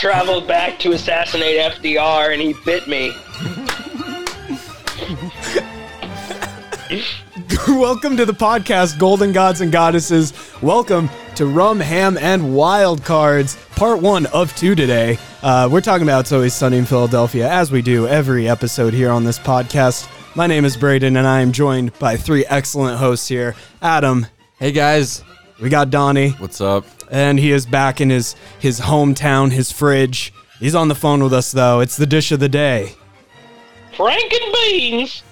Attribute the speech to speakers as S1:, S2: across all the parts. S1: traveled back to assassinate FDR and he bit me.
S2: Welcome to the podcast, Golden Gods and Goddesses. Welcome to Rum, Ham, and Wild Cards, part one of two today. Uh, we're talking about It's Always Sunny in Philadelphia, as we do every episode here on this podcast. My name is Braden, and I am joined by three excellent hosts here Adam,
S3: Hey guys,
S2: we got Donnie,
S3: what's up?
S2: and he is back in his, his hometown, his fridge. He's on the phone with us, though. It's the dish of the day.
S1: Frank and beans.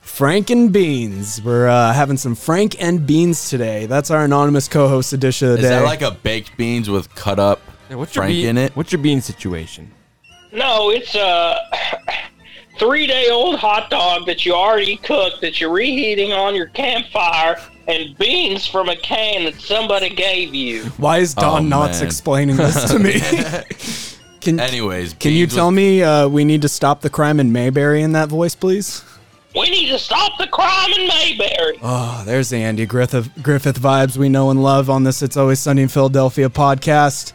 S2: Frank and Beans. We're uh, having some Frank and Beans today. That's our anonymous co-host edition of the
S3: Is
S2: day.
S3: that like a baked beans with cut up
S4: what's
S3: Frank
S4: your bean,
S3: in it?
S4: What's your bean situation?
S1: No, it's a three-day-old hot dog that you already cooked that you're reheating on your campfire and beans from a can that somebody gave you.
S2: Why is Don
S3: Oh,
S2: Knotts
S3: man.
S2: explaining this to me? can
S3: Anyways,
S2: can you tell me uh, we need to stop the crime in Mayberry in that voice, please?
S1: We need to stop the crime in Mayberry.
S2: Oh, there's the Andy Griffith Griffith vibes we know and love on this It's Always Sunny in Philadelphia podcast.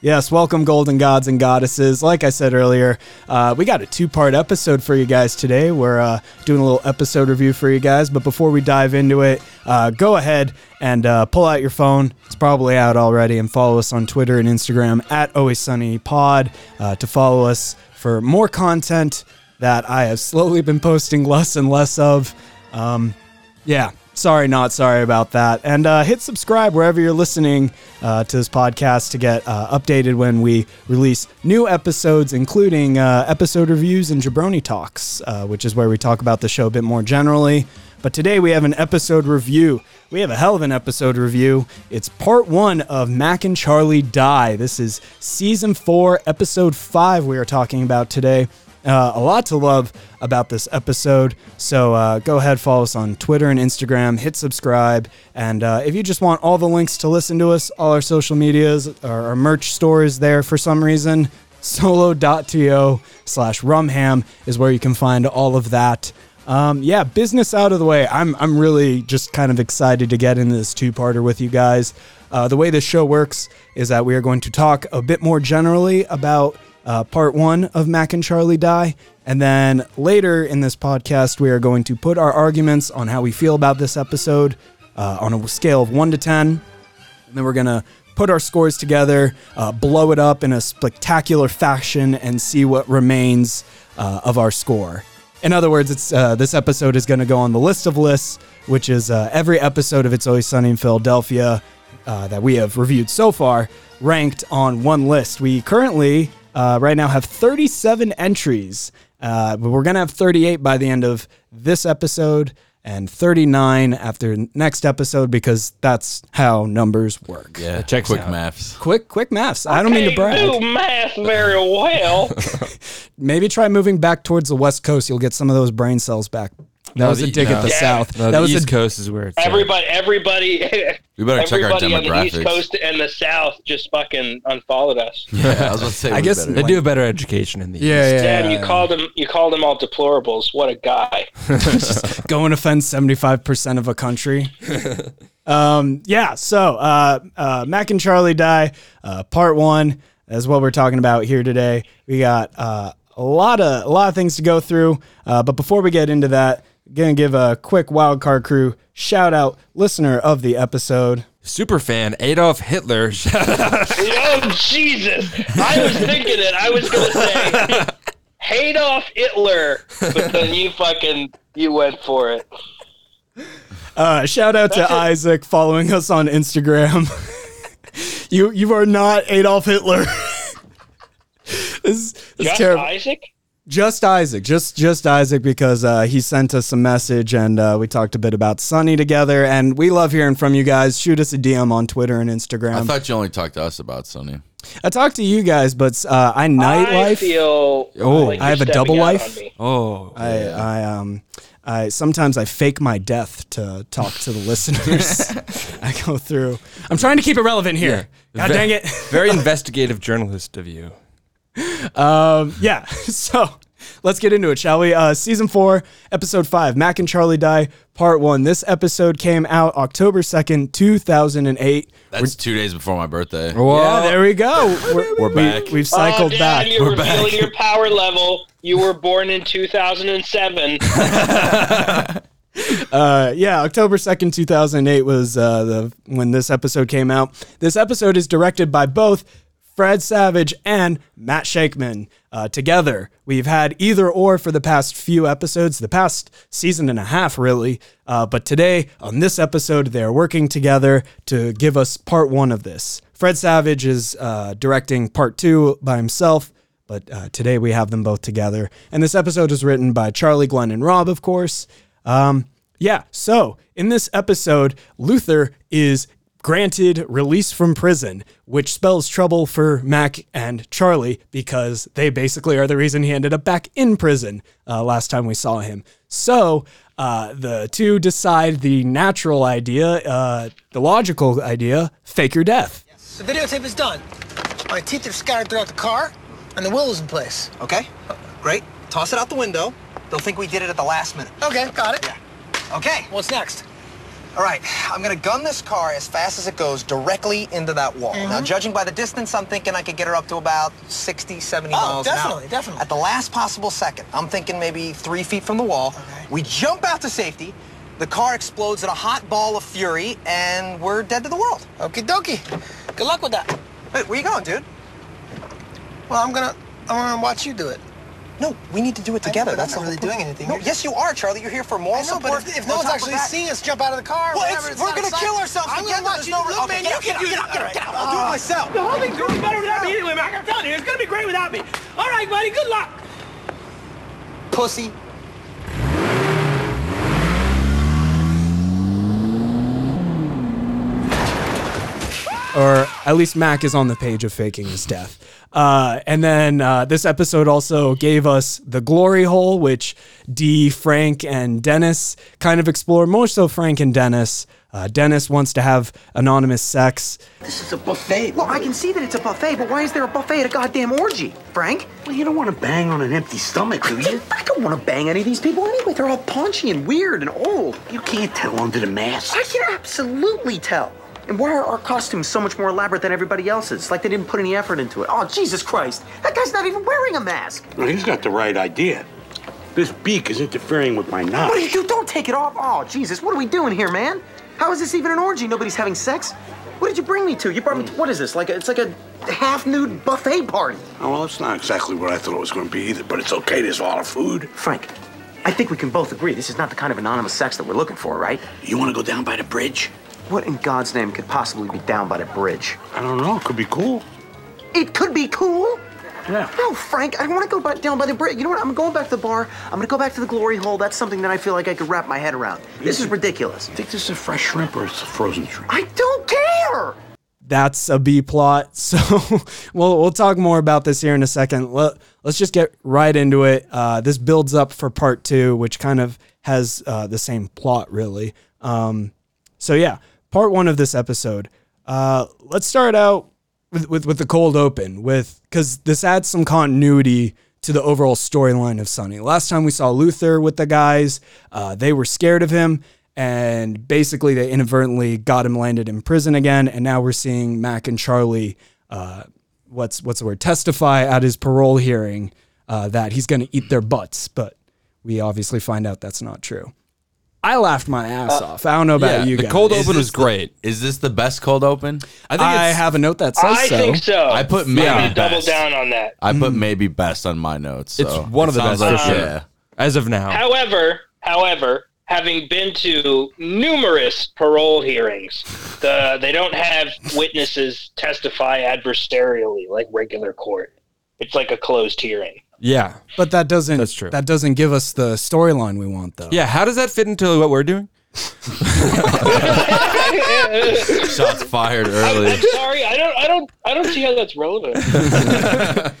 S2: Yes, welcome, Golden Gods and Goddesses. Like I said earlier, uh, we got a two part episode for you guys today. We're uh, doing a little episode review for you guys. But before we dive into it, uh, go ahead and uh, pull out your phone. It's probably out already. And follow us on Twitter and Instagram at Always Sunny Pod uh, to follow us for more content that I have slowly been posting less and less of. Um, yeah. Sorry, not sorry about that. And uh, hit subscribe wherever you're listening uh, to this podcast to get uh, updated when we release new episodes, including uh, episode reviews and jabroni talks, uh, which is where we talk about the show a bit more generally. But today we have an episode review. We have a hell of an episode review. It's part one of Mac and Charlie Die. This is season four, episode five, we are talking about today. Uh, a lot to love about this episode. So uh, go ahead, follow us on Twitter and Instagram, hit subscribe. And uh, if you just want all the links to listen to us, all our social medias, our, our merch store is there for some reason. Solo.to slash rumham is where you can find all of that. Um, yeah, business out of the way. I'm I'm really just kind of excited to get into this two parter with you guys. Uh, the way this show works is that we are going to talk a bit more generally about uh, part one of Mac and Charlie Die, and then later in this podcast we are going to put our arguments on how we feel about this episode uh, on a scale of one to ten. And then we're going to put our scores together, uh, blow it up in a spectacular fashion, and see what remains uh, of our score. In other words, it's, uh, this episode is going to go on the list of lists, which is uh, every episode of It's Always Sunny in Philadelphia uh, that we have reviewed so far, ranked on one list. We currently, uh, right now, have 37 entries, uh, but we're going to have 38 by the end of this episode and 39 after next episode because that's how numbers work.
S3: Yeah,
S4: That checks
S3: quick
S4: out.
S3: maths.
S2: Quick, quick maths. I don't mean to
S1: Can't
S2: brag.
S1: do math very well.
S2: Maybe try moving back towards the West Coast. You'll get some of those brain cells back. That
S4: No,
S2: was a
S4: the-
S2: dig
S4: no.
S2: at the
S1: Yeah.
S2: South.
S4: No,
S2: that
S4: the
S2: was
S4: East
S2: a,
S4: Coast is where it's at.
S1: Everybody, everybody,
S3: We better check our
S1: everybody on the East
S3: demographics.
S1: Coast and the South just fucking unfollowed us.
S3: Yeah, I was about to say.
S2: I
S3: we
S2: guess-
S3: better-
S4: They do have better education in the East.
S2: yeah,
S1: Damn, you called them. You called them all deplorables. What a guy.
S2: go and offend 75% of a country. um, yeah, so uh, uh, Mac and Charlie Die, uh, part one, is what we're talking about here today. We got uh, a lot of a lot of things to go through, uh, but before we get into that, gonna give a quick wildcard crew shout out, listener of the episode.
S4: Super fan Adolf Hitler.
S1: Oh Jesus! I was thinking it. I was gonna say Adolf Hitler, but then you fucking you went for it.
S2: Uh, shout out to Isaac following us on Instagram. you you are not Adolf Hitler. this, is- this is
S1: Just
S2: terrible.
S1: Isaac.
S2: just Isaac, just just Isaac, because uh, he sent us a message and uh, we talked a bit about Sunny together, and we love hearing from you guys. Shoot us a DM on Twitter and
S3: I
S2: Instagram. I,
S3: thought you only talked to us about Sonny.
S2: talk to you guys, but uh, I
S1: I
S2: nightlife.
S1: feel.
S4: Oh,
S1: like
S2: I
S1: you're
S2: have
S1: stepping
S2: a double
S1: out
S2: life?
S1: on me.
S4: oh,
S2: I, I um I sometimes I fake my death to talk to the listeners. I go through. I'm trying to keep it relevant here.
S4: Yeah.
S2: God
S4: Ve-
S2: dang it.
S4: very investigative journalist of you.
S2: Um, yeah. So Let's get into it, shall we? Uh, season four, episode five, Mac and Charlie Die, part one. This episode came out October 2nd, 2008.
S3: That's two days before my birthday.
S4: Whoa.
S2: yeah, there we go. We're,
S3: Oh. We're back.
S2: We, have cycled
S1: oh,
S2: back.
S1: Dad, You're
S3: We're
S1: revealing
S3: back.
S1: your power level. You were born in 2007.
S2: Uh, yeah, October 2nd, 2008 was uh, the when this episode came out. This episode is directed by both Fred Savage and Matt Shakeman. Uh, together, we've had either or for the past few episodes, the past season and a half, really. Uh, but today, on this episode, they're working together to give us part one of this. Fred Savage is uh, directing part two by himself. But uh, today we have them both together. And this episode is written by Charlie, Glenn, and Rob, of course. Um, yeah, so in this episode, Luther is granted release from prison, which spells trouble for Mac and Charlie because they basically are the reason he ended up back in prison uh, last time we saw him. So uh, the two decide the natural idea, uh, the logical idea fake your death.
S5: The videotape is done. My teeth are scattered throughout the car, and the will is in place.
S6: Okay, great. Toss it out the window. They'll think we did it at the last minute.
S5: Okay, got it.
S6: Okay,
S5: What's next?
S6: all right. I'm gonna gun this car as fast as it goes directly into that wall.
S5: Mm-hmm.
S6: Now, judging by the distance, I'm thinking I could get her up to about 60, 70
S5: Oh,
S6: miles an hour.
S5: definitely, definitely.
S6: At the last possible second, I'm thinking maybe three feet from the wall.
S5: Okay.
S6: We jump out to safety. The car explodes in a hot ball of fury, and we're dead to the world.
S5: Okie dokie. Good luck with that.
S6: Wait, where you going, dude?
S5: Well, I'm gonna, I'm gonna watch you do it.
S6: No, we need to do it
S5: know,
S6: together.
S5: but I'm
S6: That's
S5: not
S6: the
S5: really
S6: whole point.
S5: doing anything.
S6: No,
S5: You're
S6: yes, you are, Charlie. You're here for moral
S5: I know,
S6: support.
S5: but if, if no
S6: On
S5: one's
S6: top of
S5: actually
S6: that-
S5: seeing us jump out of the car,
S6: Well,
S5: whatever,
S6: it's-
S5: it's
S6: we're
S5: not
S6: gonna
S5: exciting.
S6: kill ourselves
S5: I'm
S6: together.
S5: gonna watch
S6: There's
S5: you
S6: no
S5: do it.
S6: re-
S5: Look,
S6: okay,
S5: man,
S6: get
S5: you
S6: uh, up,
S5: can
S6: get
S5: do it.
S6: up, get up, get up.
S5: I'll do it myself.
S7: The whole thing's gonna be better without me anyway, Mac. I'm telling you, it's gonna be great without me. All right, buddy, good luck.
S6: Pussy.
S2: or at least Mac is on the page of faking his death. Uh, and then uh, this episode also gave us the glory hole, which D, Frank, and Dennis kind of explore. More so, Frank and Dennis. Uh, Dennis wants to have anonymous sex.
S8: It's a buffet.
S6: Well, I can see that it's a buffet, but why is there a buffet at a goddamn orgy, Frank?
S8: Well, you don't want to bang on an empty stomach, do you?
S6: I don't want to bang any of these people anyway. They're all paunchy and weird and old.
S8: You can't tell under the mask.
S6: I can absolutely tell. And why are our costumes so much more elaborate than everybody else's? Like they didn't put any effort into it. Oh, Jesus Christ. That guy's not even wearing a mask.
S8: Well, he's got the right idea. This beak is interfering with my knob.
S6: What do you do? Don't take it off. Oh, Jesus. What are we doing here, man? How is this even an orgy? Nobody's having sex. What did you bring me to? You brought me to,
S8: Mm.
S6: what is this? Like a, it's like a half-nude buffet party.
S8: Oh, well, it's not exactly what I thought it was going to be either, but it's okay. There's a lot of food.
S6: Frank, I think we can both agree this is not the kind of anonymous sex that we're looking for, right?
S8: You want to go down by the bridge?
S6: What in God's name could possibly be down by the bridge?
S8: I don't know. It could be cool.
S6: It could be cool.
S8: Yeah.
S6: No, Frank, I want to go by, down by the bridge. You know what? I'm going back to the bar. I'm going to go back to the glory hole. That's something that I feel like I could wrap my head around. This is ridiculous.
S8: I think this is a fresh shrimp or it's a frozen shrimp.
S6: I don't care.
S2: That's a B plot. So we'll we'll talk more about this here in a second. Let, let's just get right into it. Uh, this builds up for part two, which kind of has uh, the same plot, really. Um, So yeah, part one of this episode. Uh, let's start out with, with with the cold open with because this adds some continuity to the overall storyline of Sonny. Last time we saw Luther with the guys, uh, they were scared of him, and basically they inadvertently got him landed in prison again. And now we're seeing Mac and Charlie. Uh, what's what's the word? Testify at his parole hearing uh, that he's going to eat their butts, but we obviously find out that's not true. I laughed my ass off. I don't know about
S4: Uh, Yeah,
S2: you
S4: the
S2: guys.
S4: cold
S3: Is
S4: open
S3: this
S4: was
S3: the-
S4: great.
S3: Is this the best cold open?
S2: I think I have a note that says
S1: I
S2: so.
S1: think so.
S3: I put
S1: I'm
S3: maybe
S1: gonna double
S3: best.
S1: down on that.
S3: I put maybe best on my notes.
S4: It's
S3: so
S4: one of
S3: it
S4: the
S3: sounds
S4: best for
S3: like-
S4: sure.
S3: yeah.
S4: As of now.
S1: However, however, having been to numerous parole hearings, the they don't have witnesses testify adversarially like regular court. It's like a closed hearing.
S4: Yeah.
S2: But that doesn't
S4: That's true.
S2: that doesn't give us the storyline we want though.
S4: Yeah. How does that fit into what we're doing?
S3: Shots fired early.
S1: I'm sorry, I don't, I don't, I don't see how that's relevant.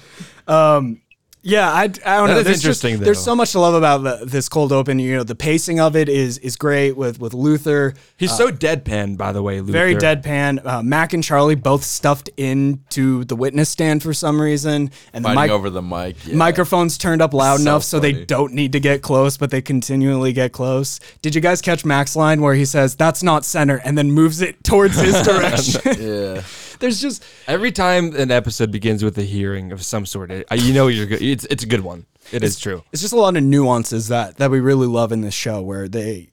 S2: Yeah, I, I don't know.
S4: is
S2: there's just-
S4: interesting, though.
S2: There's so much to love about the, this cold open. You know, the pacing of it is is great with with Luther.
S4: He's so deadpan, by the way, Luther.
S2: Uh, Very deadpan. Uh, Mac and Charlie both stuffed into the witness stand for some reason, and the
S3: Fighting
S2: mic-
S3: over the mic. yeah.
S2: microphones turned up loud
S3: So
S2: enough so they
S3: funny.
S2: don't need to get close, but they continually get close. Did you guys catch Mac's line where he says "That's not center" and then moves it towards his direction?
S3: Yeah.
S2: there's just
S4: Every time an episode begins with a hearing of some sort, it, you know you're good. It's it's a good one. it's, true.
S2: it's just a lot of nuances that that we really love in this show where they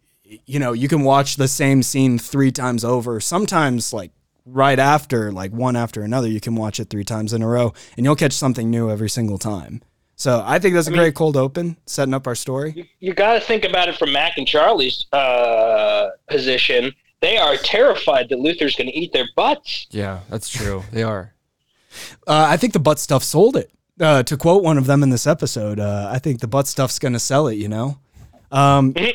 S2: you know you can watch the same scene three times over sometimes like right after like one after another you can watch it three times in a row and you'll catch something new every single time so i think that's a great cold open setting up our story
S1: you got to think about it from Mac and Charlie's uh, position. They are terrified that Luther's going to eat their butts.
S4: Yeah, that's true. They are.
S2: uh, i think the butt stuff sold it uh, to quote one of them in this episode uh, i think the butt stuff's gonna sell it you know um,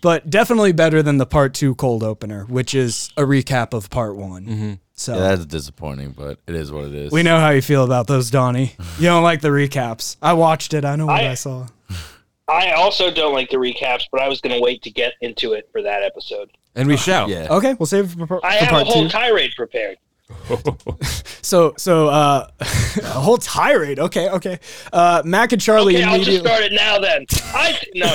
S2: but definitely better than the part two cold opener which is a recap of part one so
S3: Yeah, that's disappointing, but it is what it is.
S2: We know how you feel about those, Donnie. You don't like the recaps. I watched it. I know what I,
S1: I-
S2: saw.
S1: I also don't like the recaps, but I was going to wait to get into it for that episode.
S4: And
S2: Uh,
S4: we shout.
S3: Yeah.
S2: Okay, we'll save it for, par-
S1: I
S2: for
S1: have a
S2: part
S1: whole
S2: two.
S1: tirade prepared.
S2: so, so uh, a whole tirade. Okay, okay. Uh, Mac and Charlie
S1: Okay, I'll just
S2: immediately.
S1: start it now then. I no,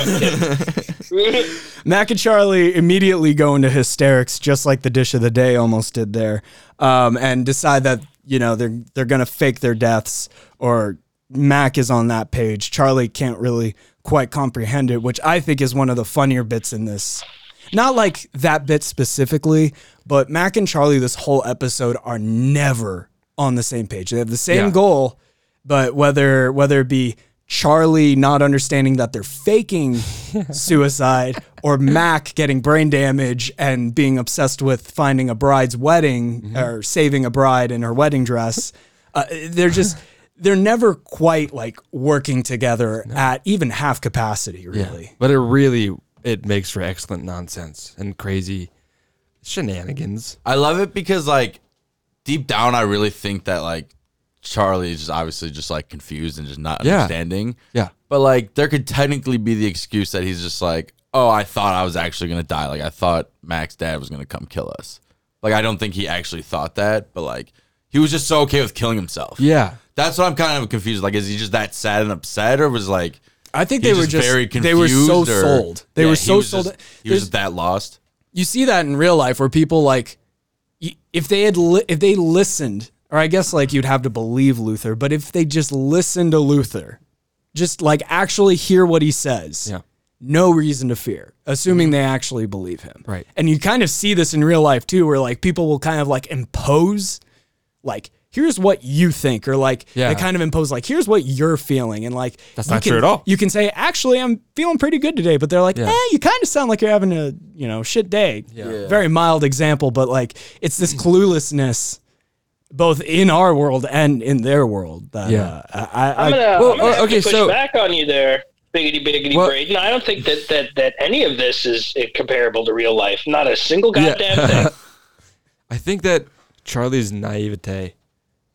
S1: I'm kidding.
S2: Mac and Charlie immediately go into hysterics, just like the dish of the day almost did there, um, and decide that you know they're they're gonna fake their deaths. Or Mac is on that page. Charlie can't really quite comprehend it, which I think is one of the funnier bits in this. Not like that bit specifically, but Mac and Charlie this whole episode are never on the same page. They have the same
S4: Yeah.
S2: goal, but whether whether it be Charlie not understanding that they're faking suicide or Mac getting brain damage and being obsessed with finding a bride's wedding or saving a bride in her wedding dress, uh, they're just they're never quite like working together at even half capacity really.
S4: But it really it makes for excellent nonsense and crazy shenanigans.
S3: I love it because like deep down I really think that like Charlie is just obviously just like confused and just not
S4: Yeah.
S3: understanding.
S4: Yeah.
S3: But like there could technically be the excuse that he's just like, Oh, I thought I was actually gonna die. Like I thought Mac's dad was gonna come kill us. Like I don't think he actually thought that, but like he was just so okay with killing himself.
S4: Yeah.
S3: That's what I'm kind of confused. Like, is he just that sad and upset or was like
S2: I think
S3: he
S2: they were just
S3: very confused
S2: they were so
S3: or-
S2: sold. They
S3: Yeah,
S2: were
S3: he
S2: so
S3: was
S2: sold.
S3: Just, he was
S2: There's-
S3: just that lost.
S2: you see that in real life where people like y- if they had li- if they listened or i guess like you'd have to believe luther but if they just listen to luther just like actually hear what he says
S4: Yeah.
S2: no reason to fear assuming they actually believe him
S4: Right.
S2: and you kind of see this in real life too where like people will kind of like impose like here's what you think or like
S4: Yeah.
S2: they kind of impose like here's what you're feeling and like
S4: That's
S2: you
S4: not
S2: can-
S4: true at all.
S2: you can say actually i'm feeling pretty good today but they're like
S4: Yeah.
S2: eh, you kind of sound like you're having a you know shit day very mild example but like it's this cluelessness both in our world and in their world that
S4: Yeah.
S2: yeah i, I,
S1: I'm gonna,
S4: Well,
S1: I'm gonna
S4: uh,
S1: have
S4: okay,
S1: to push
S4: so-
S1: back on you there, biggity biggity
S4: Well-
S1: Braden. I don't think that, that that any of this is uh, comparable to real life. Not a single goddamn thing.
S4: I think that Charlie's naivete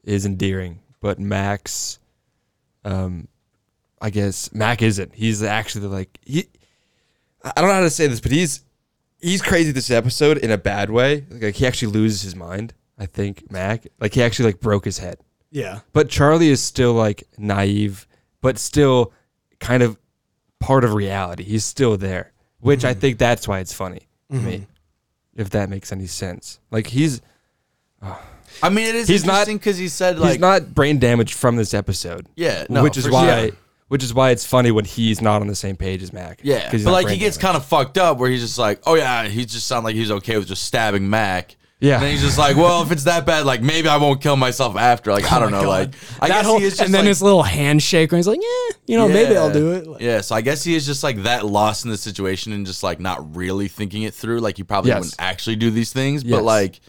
S4: is endearing, but Max, um, I guess Mac isn't. He's actually like he. I don't know how to say this, but he's he's crazy this episode in a bad way. Like he actually loses his mind. I think Mac, like he actually like broke his head.
S2: yeah
S4: But Charlie is still like naive, but still kind of part of reality. He's still there, which
S3: Mm-hmm.
S4: I think that's why it's funny to me, if that makes any sense. Like he's
S3: I mean, it is
S4: He's not-
S3: interesting because he said like
S4: he's not brain damaged from this episode.
S3: Yeah, no,
S4: which is
S3: for
S4: why
S3: sure.
S4: which is why it's funny when he's not on the same page as Mac.
S3: Yeah,
S4: 'cause he's
S3: but
S4: not
S3: like he
S4: brain
S3: gets
S4: damaged.
S3: kind of fucked up where he's just like, oh yeah, he just sounded like he's okay with just stabbing Mac.
S4: Yeah.
S3: and then he's just like, well, if it's that bad, like maybe I won't kill myself after.
S4: Oh
S3: Like I don't know, like I
S2: that
S3: guess
S2: whole,
S3: he is just
S2: and then
S3: like,
S2: his little handshake when he's like yeah you know maybe i'll
S3: Yeah.
S2: do it Like,
S3: yeah, so I guess he is just like that lost in the situation and just like not really thinking it through. Like he probably
S4: Yes.
S3: wouldn't actually do these things,
S4: Yes.
S3: but like,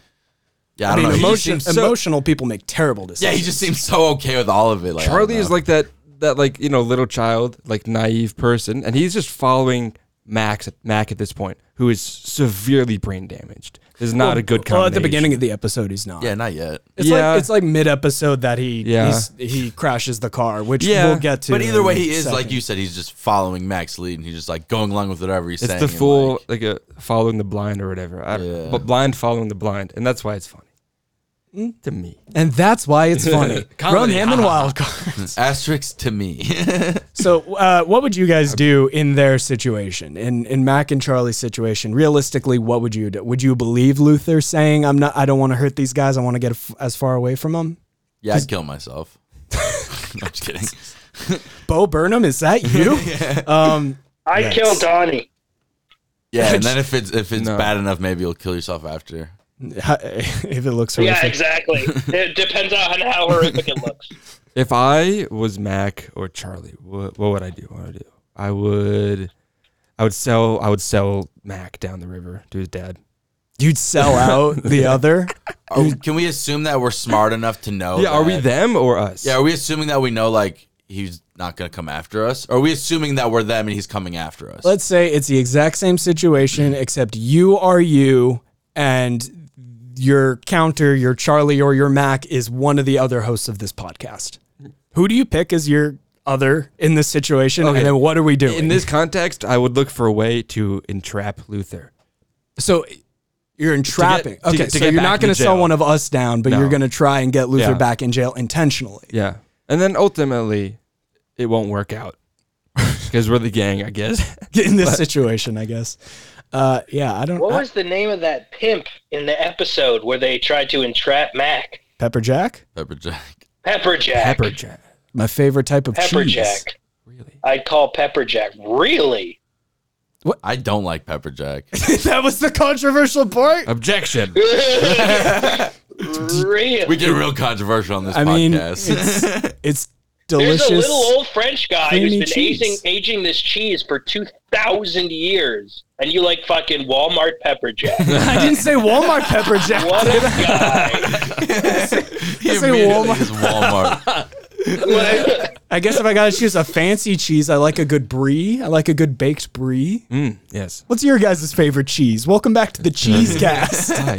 S3: yeah, I,
S2: I
S3: don't
S2: mean,
S3: know. He just
S2: emotion,
S3: seems so-
S2: emotional people make terrible
S3: yeah,
S2: decisions.
S3: he just seems so okay with all of it. Like I don't
S4: Charlie is
S3: know.
S4: like that that like you know little child like naive person, and he's just following Max Mac at this point, who is severely brain damaged. This is not a good combination.
S2: Well, at the beginning of the episode, he's not.
S3: Yeah, not yet.
S2: It's
S4: Yeah.
S2: like it's like mid episode that he
S4: Yeah.
S2: he's, he crashes the car, which
S4: Yeah,
S2: we'll get to.
S3: But either
S2: in
S3: way,
S2: a
S3: he is
S2: second.
S3: like you said. He's just following Max lead, and he's just like going along with whatever he's
S4: it's
S3: saying.
S4: the
S3: and,
S4: full
S3: like-
S4: like, a following the blind or whatever. I,
S3: Yeah.
S4: But blind following the blind, and that's why it's funny Mm, to me.
S2: and that's why it's funny. Run
S3: Comedy,
S2: him and wild card.
S3: asterisk to me.
S2: So, uh, what would you guys do in their situation, in in Mac and Charlie's situation? Realistically, what would you do? Would you believe Luther saying, "I'm not. I don't want to hurt these guys. I want to get f- as far away from them"?
S3: yeah, I'd kill myself. I'm just kidding.
S2: Bo Burnham, is that you? um,
S1: I
S2: Yikes.
S1: killed Donnie.
S3: Yeah, and then if it's if it's
S4: No.
S3: bad enough, maybe you'll kill yourself after.
S2: if it looks horrific.
S1: Yeah, exactly. it depends on how horrific it looks.
S4: If I was Mac or Charlie, what, what would I do? What would I do? I would, I would sell. I would sell Mac down the river to his dad.
S2: You'd sell out the other.
S3: Are- can we assume that we're smart enough to know?
S4: yeah, are we
S3: that-
S4: them or us?
S3: Yeah, are we assuming that we know like he's not gonna come after us? Or are we assuming that we're them and he's coming after us?
S2: Let's say it's the exact same situation, except you are you, and your counter, your Charlie or your Mac, is one of the other hosts of this podcast. Who do you pick as your other in this situation?
S4: Okay.
S2: And then what are we doing?
S4: In this context, I would look for a way to entrap Luther.
S2: so you're entrapping.
S4: to-
S2: okay,
S4: to
S2: so
S4: get
S2: you're
S4: back
S2: not
S4: into
S2: going to sell
S4: jail.
S2: one of us down, but you're
S4: No.
S2: going to try and get Luther
S4: Yeah.
S2: back in jail intentionally.
S4: Yeah, and then ultimately, it won't work out because we're the gang, I guess.
S2: In this situation, I guess. Uh, yeah, I don't.
S1: What
S2: I-
S1: was the name of that pimp in the episode where they tried to entrap Mac?
S2: Pepper Jack,
S3: Pepper Jack.
S1: Pepperjack.
S4: Pepperjack.
S2: my favorite type of cheese.
S1: Pepperjack.
S4: Really?
S1: I'd call Pepperjack. Really?
S3: I don't like Pepper Jack.
S2: that was the controversial part.
S4: Objection.
S1: really?
S3: We get real controversial on this
S2: I mean,
S3: podcast.
S2: it's, it's
S1: There's
S2: delicious.
S1: a little old French guy who's
S2: creamy
S1: been
S2: cheese.
S1: aging, aging this cheese for 2,000 years, and you like fucking Walmart Pepperjack.
S2: I didn't say Walmart pepper jack.
S1: what a guy.
S3: He
S2: I say
S3: immediately
S2: Walmart.
S3: is Walmart.
S2: I guess if I gotta choose a fancy cheese, I like a good brie. I like a good baked brie.
S4: Mm, yes.
S2: What's your guys' favorite cheese? Welcome back to the cheese cast.
S4: Hi.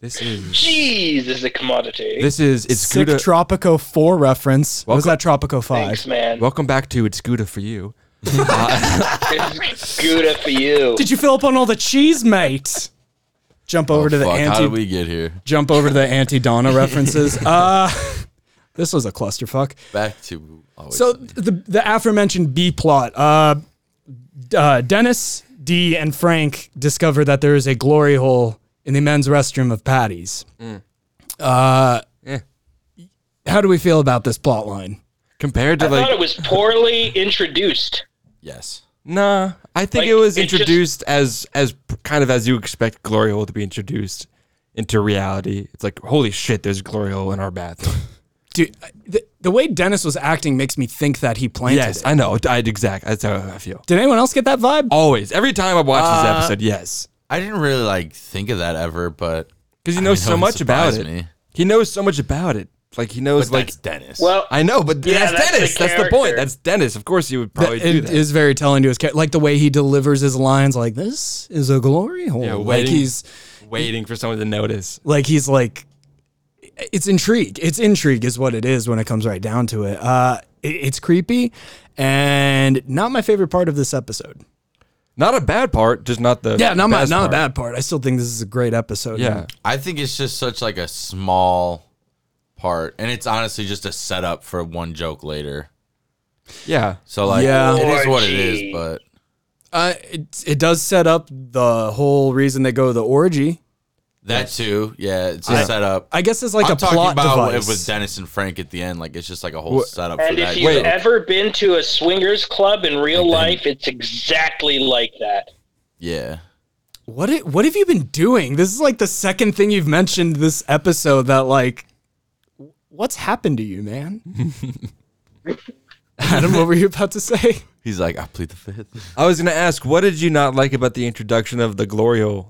S4: This is
S1: cheese is a commodity.
S4: this is it's
S2: Sick
S4: good.
S2: Tropico Four reference. What was that
S4: Welcome-
S2: Tropico Five?
S1: Thanks, man.
S4: Welcome back to It's Gouda for You.
S1: It's good for you.
S2: Did you fill up on all the cheese, mate? Jump over
S3: Oh,
S2: to the
S3: fuck, How
S2: anti.
S3: did we get here?
S2: jump over to the anti Donna references. Uh, this was a clusterfuck.
S3: Back to always
S2: So
S3: Sunny.
S2: the the aforementioned B plot. Uh, uh, Dennis, D, and Frank discover that there is a glory hole in the men's restroom of Patty's.
S4: Mm.
S2: Uh,
S4: Eh.
S2: How do we feel about this plot line?
S4: Compared to
S1: I
S4: like
S1: thought it was poorly introduced.
S3: yes.
S4: Nah, I think
S1: Like,
S4: it was
S1: it just-
S4: introduced as as p- kind of as you expect glory hole to be introduced into reality. It's like holy shit, there's glory hole in our bathroom.
S2: Dude, the, the way Dennis was acting makes me think that he planted
S4: yes, Oh,
S2: it.
S4: I know. I exact. That's how I feel.
S2: Did anyone else get that vibe?
S4: Always, every time I watch this episode, yes,
S3: I didn't really like think of that ever, but
S4: because he knows
S3: know
S4: so
S3: it
S4: much about it.
S3: surprised me.
S4: He knows so much about it. Like he knows
S3: it's
S4: like.
S3: like Dennis.
S1: Well,
S4: I know, but
S1: Yeah,
S4: that's,
S1: that's the
S4: Dennis. that's the point.
S1: character.
S4: That's Dennis. Of course, he would
S2: That-
S4: probably do
S2: it
S4: that.
S2: is very telling to his character. Like the way he delivers his lines, like this is a glory hole.
S4: Yeah,
S2: like
S4: waiting.
S2: he's
S4: Waiting for someone to notice.
S2: like he's like it's intrigue it's intrigue is what it is when it comes right down to it uh it, it's creepy and not my favorite part of this episode
S4: Not a bad part, just not the
S2: yeah not my
S4: best
S2: not a
S4: part.
S2: bad part i still think this is a great episode
S4: Yeah,
S3: I think it's just such like a small part, and it's honestly just a setup for one joke later.
S4: yeah.
S3: So like,
S2: Yeah.
S3: it is what it
S1: Orgy.
S3: is. But
S2: uh it, it does set up the whole reason they go to the orgy
S3: that too, yeah, it's a setup.
S2: i guess it's like
S3: I'm
S2: a plot device
S3: it with Dennis and Frank at the end. Like it's just like a whole setup for
S1: and
S3: that.
S1: if you've
S3: joke.
S1: ever been to a swingers club in real life, it's exactly like that.
S3: yeah,
S2: what it, what have you been doing this is like the second thing you've mentioned this episode that like what's happened to you man adam what were you about to say
S3: he's like, I plead the fifth.
S4: I was gonna ask, what did you not like about the introduction of the Glorio?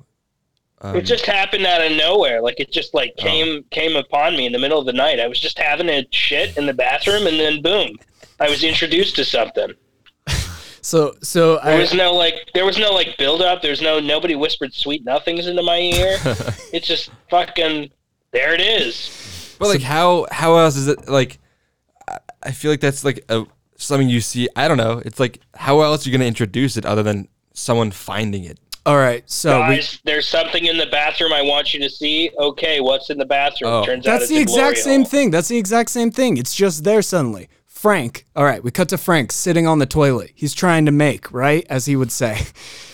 S4: Um,
S1: it just happened out of nowhere. Like it just
S4: oh.
S1: like came came upon me in the middle of the night. I was just having a shit in the bathroom, and then boom, I was introduced to something.
S2: So so
S1: There
S2: I,
S1: was no like, there was no like build up. There's no nobody whispered sweet nothings into my ear. it's just fucking there. It is.
S4: But like, how how else is it like? I- I feel like that's like a something you see. I don't know. It's like how else are you gonna introduce it other than someone finding it?
S2: all right. So we,
S1: Guys, there's something in the bathroom I want you to see. Okay, what's in the bathroom?
S4: Oh.
S1: Turns out
S2: that's
S1: it's
S2: the
S1: a
S2: exact
S1: glory
S2: same
S1: hole.
S2: thing. That's the exact same thing. It's just there suddenly. Frank. All right, we cut to Frank sitting on the toilet. He's trying to make right, as he would say.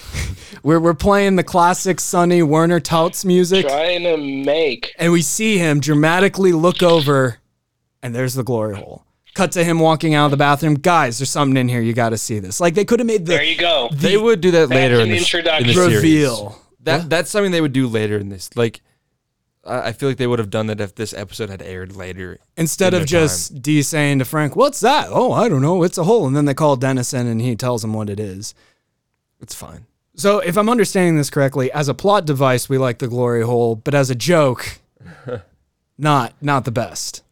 S2: we're we're playing the classic Sonny Werner Tautz music.
S1: Trying to make.
S2: and we see him dramatically look over, and there's the glory hole. Cut to him walking out of the bathroom. Guys, there's something in here. You got to see this. Like they could have made
S1: There
S2: the
S1: you go.
S4: They would do that later
S1: an
S4: in the, s- in the
S1: introduction.
S4: series.
S2: reveal.
S4: That that's something they would do later in this. Like, I, I feel like they would have done that if this episode had aired later.
S2: Instead
S4: in
S2: of
S4: their
S2: just D saying to Frank, "What's that?" Oh, I don't know. It's a hole, and then they call Dennison, and he tells him what it is.
S4: it's fine.
S2: So, if I'm understanding this correctly, as a plot device, we like the glory hole, but as a joke, not not the best.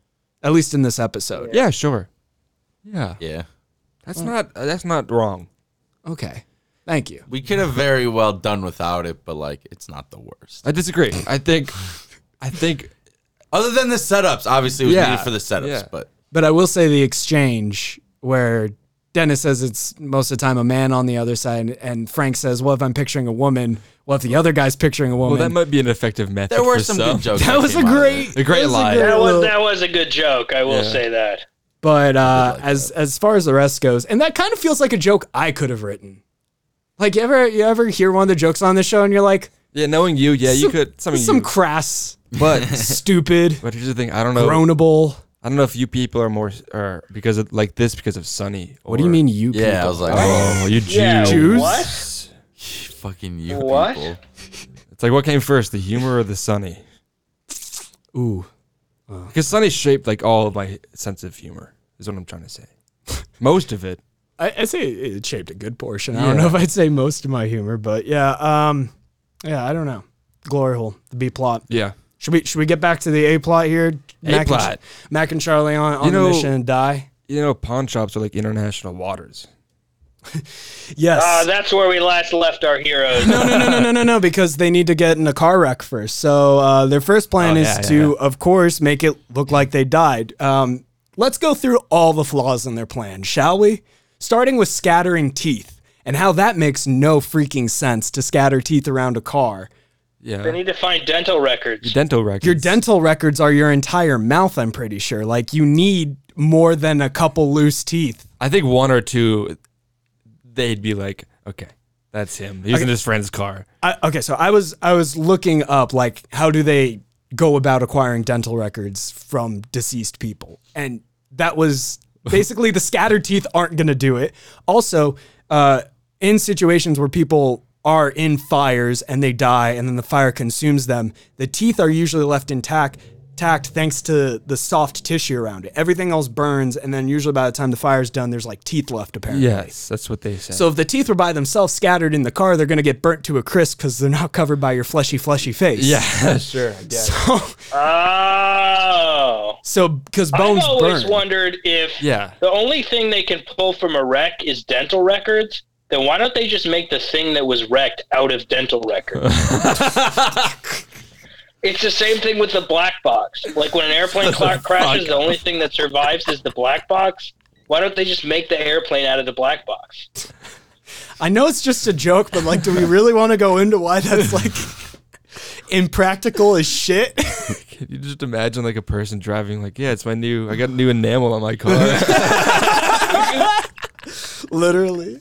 S2: At least in this episode.
S4: Yeah, sure. Yeah,
S3: Yeah.
S4: that's not uh, that's not wrong.
S2: Okay. Thank you.
S3: We could have very well done without it, but like it's not the worst.
S4: I disagree. I think, I think
S3: Other than the setups, obviously it was
S4: Yeah.
S3: needed for the setups,
S4: Yeah.
S3: but
S2: But I will say the exchange where Dennis says it's most of the time a man on the other side, and Frank says, "Well, if I'm picturing a woman, well, if the other guy's picturing a
S4: well
S2: woman."
S4: that might be an effective method.
S3: there were
S4: for
S3: some
S4: some.
S3: good jokes.
S2: That was a
S3: came out of
S2: great,
S3: it.
S4: A great
S2: that was
S4: lie.
S2: great
S1: That was
S2: little-
S1: that was a good joke. I will
S4: Yeah.
S1: say that.
S2: But uh, as as far as the rest goes, and that kind of feels like a joke I could have written. Like you ever you ever hear one of the jokes on the show, and you're like,
S4: Yeah, knowing you, yeah, you
S2: some-
S4: could something
S2: some
S4: you,
S2: crass,
S4: but oh.
S2: stupid,
S4: but here's the thing. I don't know.
S2: groanable.
S4: I don't know if you people are more or because of like this because of Sunny.
S2: What do you mean, you?
S3: Yeah, I
S2: people?
S3: was like,
S4: Oh, you Jews.
S1: Yeah,
S2: Jews?
S1: What?
S3: fucking you
S1: What?
S3: people.
S4: It's like what came first, the humor or the Sunny?
S2: ooh,
S4: Because Sunny shaped like all of my sense of humor. Is what I'm trying to say. Most of it.
S2: I, I say it it shaped a good portion. I don't know if I'd say most of my humor, but yeah, um, yeah, I don't know. Glory hole, the B plot.
S4: Yeah.
S2: Should we should we get back to the A plot here? Mac and-
S4: plot.
S2: Mac and Charlie on, on
S4: You
S2: the
S4: know-
S2: mission and die.
S4: You know, pawn shops are like international waters.
S2: Yes.
S4: Ah,
S1: Uh, that's where we last left our heroes.
S2: no, no, no, no, no, no, no, because they need to get in a car wreck first. So uh, their first plan
S4: Oh,
S2: is
S4: yeah, yeah,
S2: to, of course, make it look like they died. Um, let's go through all the flaws in their plan, shall we? Starting with scattering teeth and how that makes no freaking sense to scatter teeth around a car.
S4: Yeah.
S1: They need to find dental records.
S4: dental records.
S2: Your dental records are your entire mouth, I'm pretty sure. Like, you need more than a couple loose teeth.
S4: I think one or two, they'd be like, okay, that's him. He was in his friend's car.
S2: I, okay, so I was I was looking up like how do they go about acquiring dental records from deceased people, and that was basically the scattered teeth aren't going to do it. Also, uh, in situations where people are in fires and they die, and then the fire consumes them, the teeth are usually left intact. Intact thanks to the soft tissue around it. Everything else burns, and then usually by the time the fire's done, there's like teeth left apparently.
S4: Yes, that's what they said.
S2: So if the teeth were by themselves scattered in the car, they're going to get burnt to a crisp because they're not covered by your fleshy, fleshy face.
S4: yeah, sure. I guess.
S2: So,
S1: Oh.
S2: so because
S1: I've
S2: bones
S1: always
S2: burn.
S1: wondered if
S4: Yeah.
S1: the only thing they can pull from a wreck is dental records. Then why don't they just make the thing that was wrecked out of dental records? it's the same thing with the black box. Like when an airplane clock crashes, the only thing that survives is the black box. Why don't they just make the airplane out of the black box?
S2: I know it's just a joke, but like, do we really want to go into why that's like impractical as shit?
S4: Can you just imagine like a person driving like, yeah, it's my new, I got new enamel on my car.
S2: Literally,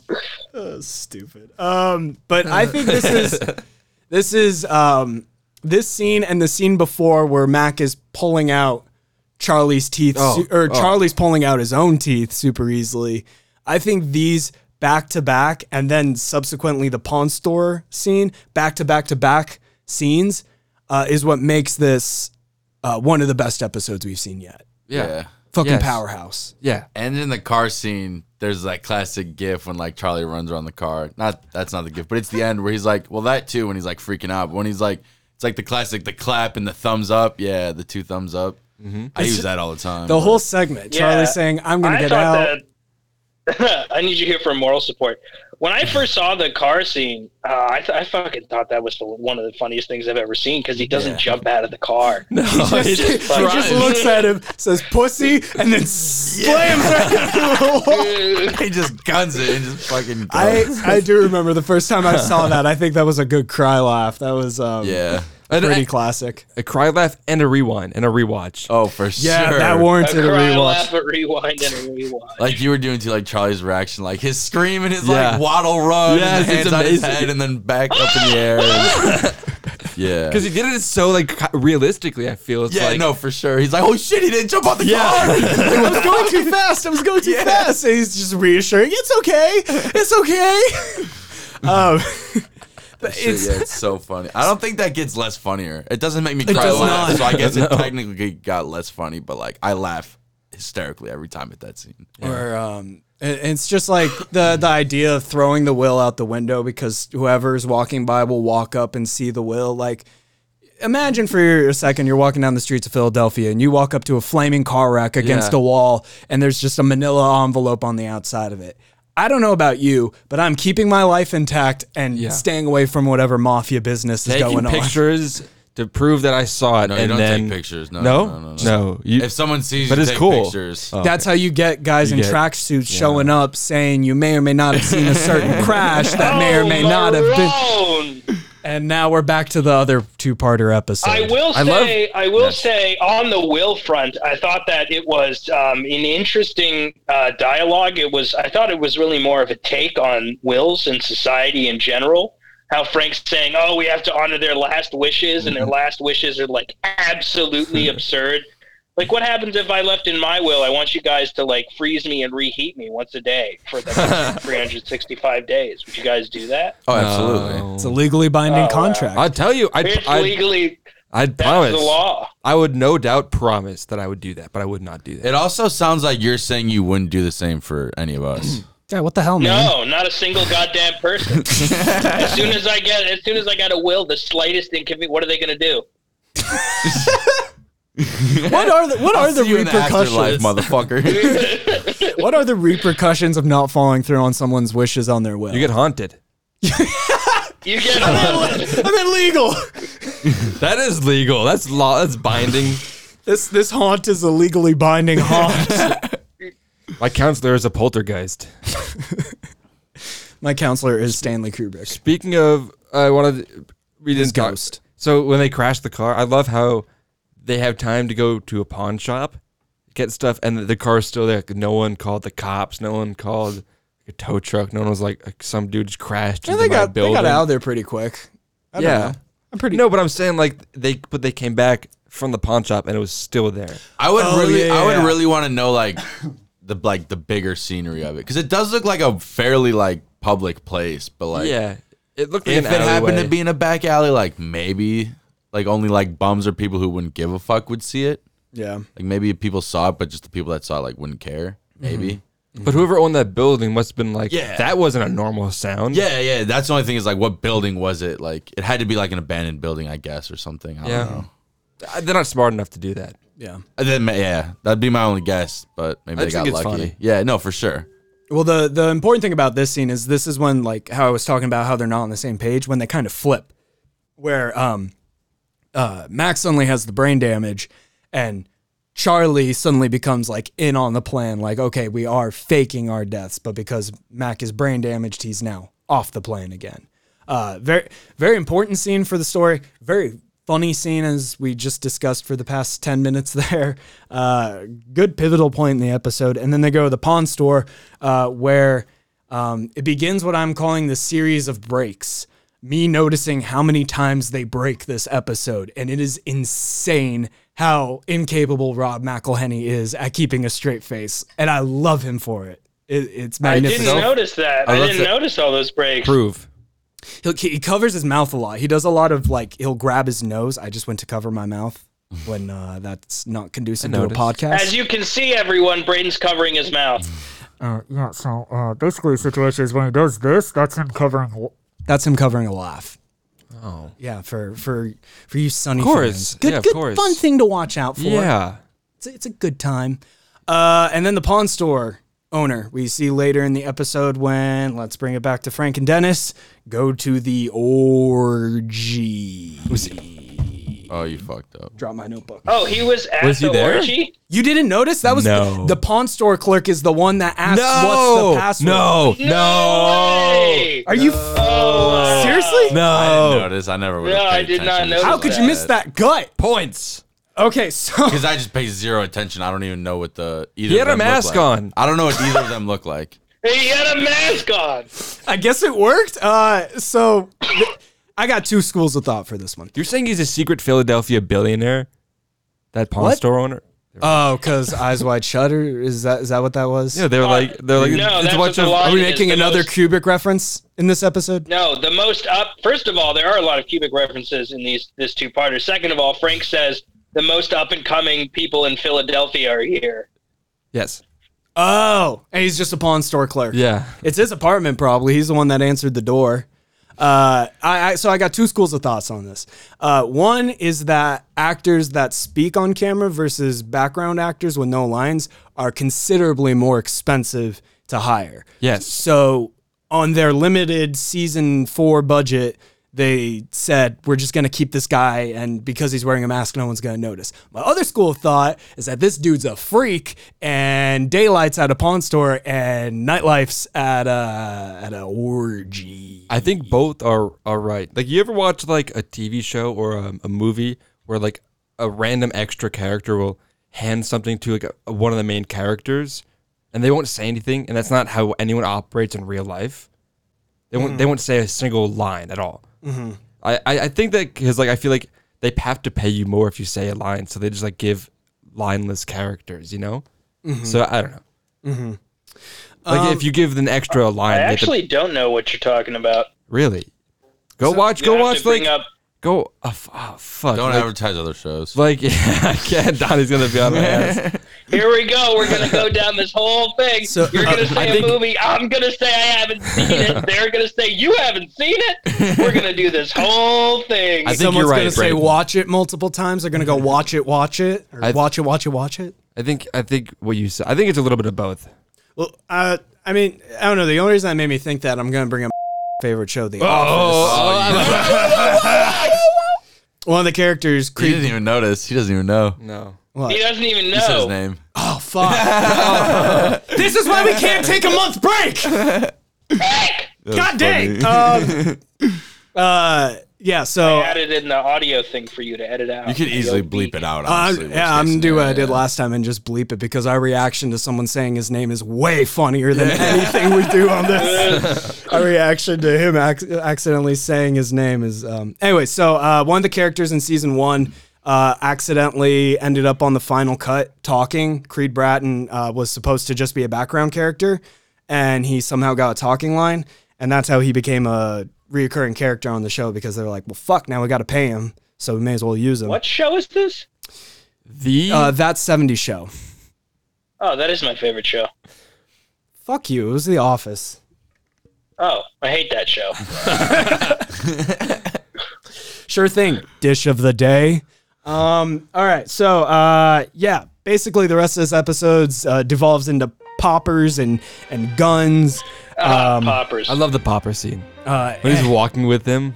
S2: oh, stupid. Um, but I think this is this is um, this scene and the scene before where Mac is pulling out Charlie's teeth, su- or Charlie's pulling out his own teeth super easily. I think these back to back, and then subsequently the pawn store scene, back to back to back scenes, uh, is what makes this uh, one of the best episodes we've seen yet.
S4: yeah.
S3: yeah.
S2: Fucking
S4: Yes.
S2: powerhouse.
S4: Yeah.
S3: And in the car scene, there's that classic gif when like Charlie runs around the car. Not that's not the gif, but it's the end where he's like, well, that too, when he's like freaking out. But when he's like, it's like the classic, the clap and the thumbs up. Yeah, the two thumbs up. I use that all the time.
S2: The whole segment,
S1: Yeah.
S2: Charlie saying, "I'm gonna
S1: I
S2: get
S1: thought
S2: out."
S1: that I need you here for moral support. When I first saw the car scene, uh, I, th- I fucking thought that was the, one of the funniest things I've ever seen because he doesn't jump out of the car.
S2: He just, he
S3: Right.
S2: just looks at him, says "pussy," and then slams right into the wall.
S3: he just guns it and just fucking.
S2: I,
S3: Goes.
S2: I do remember the first time I saw that. I think that was a good cry laugh. That was um,
S3: yeah.
S4: And
S2: pretty
S4: a,
S2: classic.
S4: a cry laugh and a rewind and a rewatch.
S3: Oh, for
S2: Yeah,
S3: sure.
S2: that
S1: A
S2: warranted a,
S1: cry, laugh,
S2: rewatch.
S1: a rewind, and a rewind.
S3: Like you were doing to like Charlie's reaction, like his scream and his
S4: Yeah.
S3: like waddle run, and his
S4: Yes, it's
S3: hands on his
S4: amazing.
S3: head, and then back up in the air. and- yeah.
S4: Because he did it so like ki- realistically, I feel. It's
S3: yeah,
S4: like,
S3: no, for sure. He's like, oh shit, he didn't jump off the car.
S2: I was going too fast. I was going too fast. And he's just reassuring. It's okay. It's okay. um, but
S3: Shit,
S2: it's
S3: yeah, it's so funny. I don't think that gets less funnier. It doesn't make me
S2: It
S3: cry
S2: does
S3: laugh,
S2: not.
S3: so I guess it technically got less funny, but like I laugh hysterically every time at that scene.
S2: or um, it- it's just like the the idea of throwing the will out the window because whoever's walking by will walk up and see the will. Like, imagine for a second you're walking down the streets of Philadelphia and you walk up to a flaming car wreck against
S4: Yeah.
S2: a wall, and there's just a Manila envelope on the outside of it. I don't know about you, but I'm keeping my life intact and
S4: Yeah.
S2: staying away from whatever mafia business is
S4: taking
S2: going on.
S4: pictures to prove that I saw it.
S3: No, you
S4: and
S3: don't
S4: then,
S3: take pictures. No,
S4: no,
S3: no, no, no.
S4: you,
S3: If someone sees
S4: But
S3: you
S4: it's
S3: take
S4: cool. Uh,
S3: pictures,
S2: That's how you get guys in
S4: get-
S2: tracksuits showing up saying you may or may not have seen a certain crash that may or
S4: Oh,
S2: may not have been.
S1: Oh, Marone!
S2: And now we're back to the other two-parter episode.
S1: I will
S4: I love-
S1: say, I, will say, on the will front, I thought that it was um, an interesting uh, dialogue. It was, I thought it was really more of a take on wills and society in general. How Frank's saying, "Oh, we have to honor their last wishes," and their
S4: Mm-hmm.
S1: last wishes are like absolutely absurd. Like, what happens if I left in my will? I want you guys to like freeze me and reheat me once a day for the next 365 days. Would you guys do that?
S3: oh, absolutely.
S2: It's a legally binding
S1: Oh, wow.
S2: contract.
S4: I tell you, I
S1: It's
S4: I
S1: legally
S4: I
S1: that's the
S4: promise.
S1: law.
S4: I would no doubt promise that I would do that, but I would not do that.
S3: It also sounds like you're saying you wouldn't do the same for any of us.
S2: yeah, what the hell, man?
S1: No, not a single goddamn person. as soon as I get, as soon as I got a will, the slightest inconvenience, what are they going to do?
S2: What are the what are the
S3: See you in the afterlife,
S2: repercussions?
S3: motherfucker.
S2: what are the repercussions of not following through on someone's wishes on their will?
S4: You get haunted.
S1: You get a
S2: I'm illegal.
S4: That is legal. That's law. That's binding.
S2: this this haunt is a legally binding haunt.
S4: My counselor is a poltergeist.
S2: My counselor is Stanley Kubrick.
S4: Speaking of, I wanted we didn't talk-
S2: ghost.
S4: So when they crash the car, I love how they have time to go to a pawn shop, get stuff, and the, the car is still there. No one called the cops. No one called a tow truck. No one was like some dude just crashed
S2: And they
S4: into my
S2: got they
S4: building.
S2: got out of there pretty quick. I don't
S4: yeah,
S2: know. I'm pretty.
S4: no, but I'm saying like they, but they came back from the pawn shop and it was still there.
S3: I would
S2: Oh,
S3: really,
S2: yeah,
S3: I would
S2: yeah.
S3: really want to know like the like the bigger scenery of it because it does look like a fairly like public place, but like
S4: yeah, it looked like
S3: if
S4: an
S3: it happened
S4: alleyway.
S3: to be in a back alley, like maybe like only like bums or people who wouldn't give a fuck would see it.
S2: Yeah.
S3: Like maybe people saw it, but just the people that saw it like wouldn't care. Maybe.
S4: But whoever owned that building must have been like,
S3: Yeah.
S4: that wasn't a normal sound.
S3: Yeah, yeah. That's the only thing is like, what building was it? Like, it had to be like an abandoned building, I guess, or something. I
S4: Yeah.
S3: don't know.
S4: Uh, They're not smart enough to do that.
S2: Yeah.
S3: And then, ma- yeah, that'd be my only guess, but maybe
S4: I
S3: they
S4: think
S3: got
S4: it's
S3: lucky.
S4: funny.
S3: Yeah, no, for sure.
S2: Well, the the important thing about this scene is this is when like how I was talking about how they're not on the same page when they kind of flip, where um, uh, Max suddenly has the brain damage, and Charlie suddenly becomes like in on the plan, like okay, we are faking our deaths, but because Mac is brain damaged, he's now off the plan again. Uh, very very important scene for the story. Very funny scene as we just discussed for the past 10 minutes there uh, good pivotal point in the episode and then they go to the pawn store uh, where um, it begins what i'm calling the series of breaks me noticing how many times they break this episode and it is insane how incapable rob mcelhenny is at keeping a straight face and i love him for it, it it's
S1: I didn't
S2: magnificent
S1: notice that. I,
S3: love
S1: didn't
S3: that-
S1: notice all those breaks.
S4: Prove.
S2: He'll, he covers his mouth a lot. He does a lot of like he'll grab his nose. I just went to cover my mouth when uh, that's not conducive
S4: I
S2: to a
S4: noticed.
S2: podcast.
S1: As you can see, everyone, Braden's covering his mouth.
S9: Uh, yeah, so uh, basically, the situation is when he does this, that's him covering. w-
S2: that's him covering a laugh. Oh yeah, for for for you, Sunny. Of
S4: course.
S2: good
S4: Yeah, of
S2: good
S4: course.
S2: fun thing to watch out for.
S4: Yeah.
S2: it's a, it's a good time. Uh, and then the pawn store owner. We see later in the episode when, let's bring it back to Frank and Dennis, go to the orgy.
S3: Oh, you fucked up.
S2: Drop my notebook.
S1: Oh, he was at
S4: Was he
S1: the
S4: there?
S1: orgy.
S2: You didn't notice? That was
S4: No.
S2: the, pawn store clerk is the one that asked what's the password.
S4: no, no,
S1: way!
S2: Are you f- seriously?
S3: I didn't
S4: no.
S3: notice. I never would.
S1: No, I did not notice
S2: How could you miss that gut?
S4: Points.
S2: Okay, so
S3: Because I just pay zero attention. I don't even know what the either.
S4: He
S3: of
S4: had a
S3: them look
S4: mask
S3: like.
S4: on.
S3: I don't know what either of them look like.
S1: He had a mask on.
S2: I guess it worked. Uh, so th- I got two schools of thought for this one.
S4: You're saying he's a secret Philadelphia billionaire? That pawn
S2: What?
S4: store owner?
S2: Oh, because Eyes Wide Shutter is that is that what that was?
S4: Yeah, they're like they're like
S1: No,
S4: it's
S1: that's
S4: a
S1: what
S4: bunch
S1: the
S4: of
S1: line
S2: Are we
S1: is.
S2: making
S1: The
S2: another
S1: most-
S2: Kubrick reference in this episode?
S1: No, the most up. First of all, there are a lot of cubic references in these this two parter. Second of all, Frank says the most up and coming people in Philadelphia are here.
S4: yes,
S2: Oh, and he's just a pawn store clerk.
S4: yeah.
S2: It's his apartment, probably. He's the one that answered the door. Uh, I, I so I got two schools of thoughts on this. Uh, one is that actors that speak on camera versus background actors with no lines are considerably more expensive to hire.
S4: Yes.
S2: So on their limited season four budget, they said we're just gonna keep this guy, and because he's wearing a mask, no one's gonna notice. My other school of thought is that this dude's a freak, and daylight's at a pawn store, and nightlife's at a at a orgy.
S4: I think both are are right. Like you ever watch like a TV show or a, a movie where like a random extra character will hand something to like a, one of the main characters, and they won't say anything, and that's not how anyone operates in real life. They won't
S1: Mm-hmm.
S4: they won't say a single line at all. I, I I think that because like I feel like they have to pay you more if you say a line, so they just like give lineless characters, you know.
S1: Mm-hmm.
S4: So I don't know. Like if you give an extra
S1: Um, I
S4: line, they have to-
S1: actually don't know what you're talking about.
S4: Really? Go watch.
S1: You
S4: Go
S1: have to
S4: watch.
S1: bring
S4: Like
S1: up-
S4: go. Oh, f- oh, fuck.
S3: Don't
S4: like,
S3: advertise other shows.
S4: like yeah, I can't. Donnie's gonna be on my ass.
S1: Here we go. We're gonna go down this whole thing.
S2: So-
S1: You're gonna say a
S4: think-
S1: movie. I'm gonna say I haven't seen it. They're gonna say you haven't seen it. We're gonna do this whole thing.
S4: I think
S2: Someone's
S4: you're right.
S2: gonna say
S4: Brayden. Mm-hmm.
S2: watch it multiple times. They're gonna go watch it, watch it, or
S4: I-
S2: watch it, watch it, watch it.
S4: I think. I think what you said. I think it's a little bit of both.
S2: Well, uh, I mean, I don't know. The only reason that made me think that I'm gonna bring up my favorite show, The Office. One of the characters,
S3: He didn't
S2: creep.
S3: even notice. He doesn't even know.
S4: No.
S1: he doesn't even know.
S3: He said his name.
S2: Oh fuck! this is why we can't take a month break. God dang. Um, uh, yeah. So uh,
S1: I added in the audio thing for you to edit out.
S3: You could
S1: Maybe
S3: easily
S1: it'll be-
S3: bleep it out.
S2: Uh,
S3: Honestly,
S2: yeah, I'm gonna
S3: worst case
S2: do what I
S3: scenario.
S2: did last time and just bleep it because our reaction to someone saying his name is way funnier than anything we do on this. our reaction to him ac- accidentally saying his name is. Um, anyway, so uh, one of the characters in season one uh, accidentally ended up on the final cut talking. Creed Bratton uh, was supposed to just be a background character, and he somehow got a talking line, and that's how he became a reoccurring character on the show because they were like, well, fuck, now we got to pay him. So we may as well use him.
S1: What show is this?
S4: The
S2: Uh, that 70 show.
S1: Oh, that is my favorite show.
S2: Fuck you. It was The Office.
S1: Oh, I hate that show.
S2: Sure thing. Dish of the day. Um, all right. So, uh, yeah, basically the rest of this episode's uh, devolves into poppers and, and guns.
S1: poppers.
S4: I love the popper scene
S2: Uh,
S4: when he's walking with him.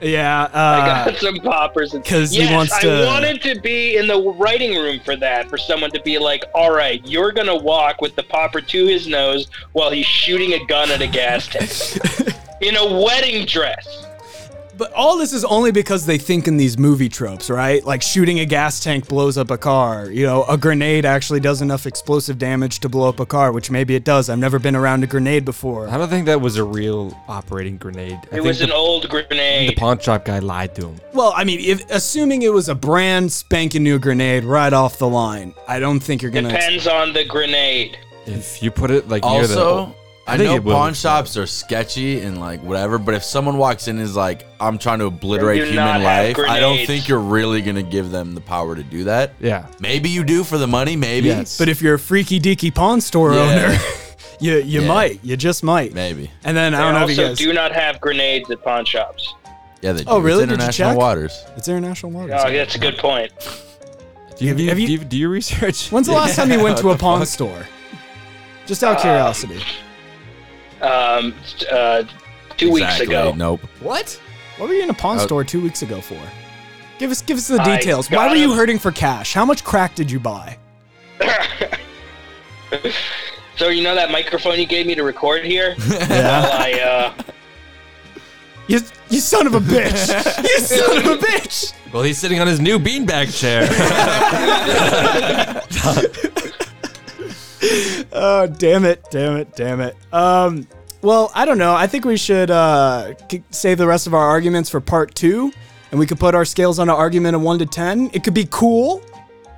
S2: yeah.
S1: I
S2: Uh,
S1: got some poppers.
S2: 'cause he
S1: yes,
S2: wants to-
S1: I wanted to be in the writing room for that, for someone to be like, all right, you're going to walk with the popper to his nose while he's shooting a gun at a gas station. in a wedding dress.
S2: but all this is only because they think in these movie tropes, right? Like shooting a gas tank blows up a car. You know, a grenade actually does enough explosive damage to blow up a car, which maybe it does. I've never been around a grenade before.
S4: I don't think that was a real operating grenade. I
S1: It
S4: think
S1: was
S4: the,
S1: an old
S4: the
S1: grenade.
S4: pawn shop guy lied to him.
S2: Well, I mean, if assuming it was a brand spanking new grenade right off the line, I don't think you're gonna.
S1: Depends on the grenade.
S4: If you put it like near the
S3: Also, I,
S4: think
S3: know
S4: it will.
S3: pawn shops are sketchy and like whatever, but if someone walks in and is like, "I'm trying to obliterate
S1: do
S3: human
S1: not have
S3: life," I don't
S1: grenades.
S3: think you're really gonna give them the power to do that.
S4: yeah,
S3: Maybe you do for the money. Maybe.
S4: Yes.
S2: But if you're a freaky deaky pawn store
S3: Yeah.
S2: owner, you you
S3: Yeah.
S2: might, you just might.
S3: Maybe.
S2: And then I
S1: They
S2: don't know if you
S1: also
S2: guys.
S1: do not have grenades at pawn shops.
S3: Yeah, they do.
S2: Oh, really? Did
S3: It's
S2: you
S3: international
S2: check?
S3: waters.
S2: it's international waters.
S1: Oh, that's a good point.
S4: do you,
S2: Have you-
S4: do you, do you research?
S2: When's the last time you went to a pawn store? Just
S1: Uh,
S2: out of curiosity.
S1: um, uh, two
S3: Exactly.
S1: weeks ago.
S3: Nope.
S2: What? What were you in a pawn
S3: Uh,
S2: store two weeks ago for? Give us give us the
S1: I
S2: details. Why
S1: got
S2: were you
S1: it.
S2: hurting for cash? How much crack did you buy?
S1: So you know that microphone you gave me to record here?
S2: Yeah.
S1: I uh,
S2: you, you son of a bitch! you son of a bitch!
S4: Well, he's sitting on his new beanbag chair.
S2: Oh, damn it, damn it, damn it. Um, well, I don't know. I think we should uh, k- save the rest of our arguments for part two, and we could put our scales on an argument of one to ten. It could be cool,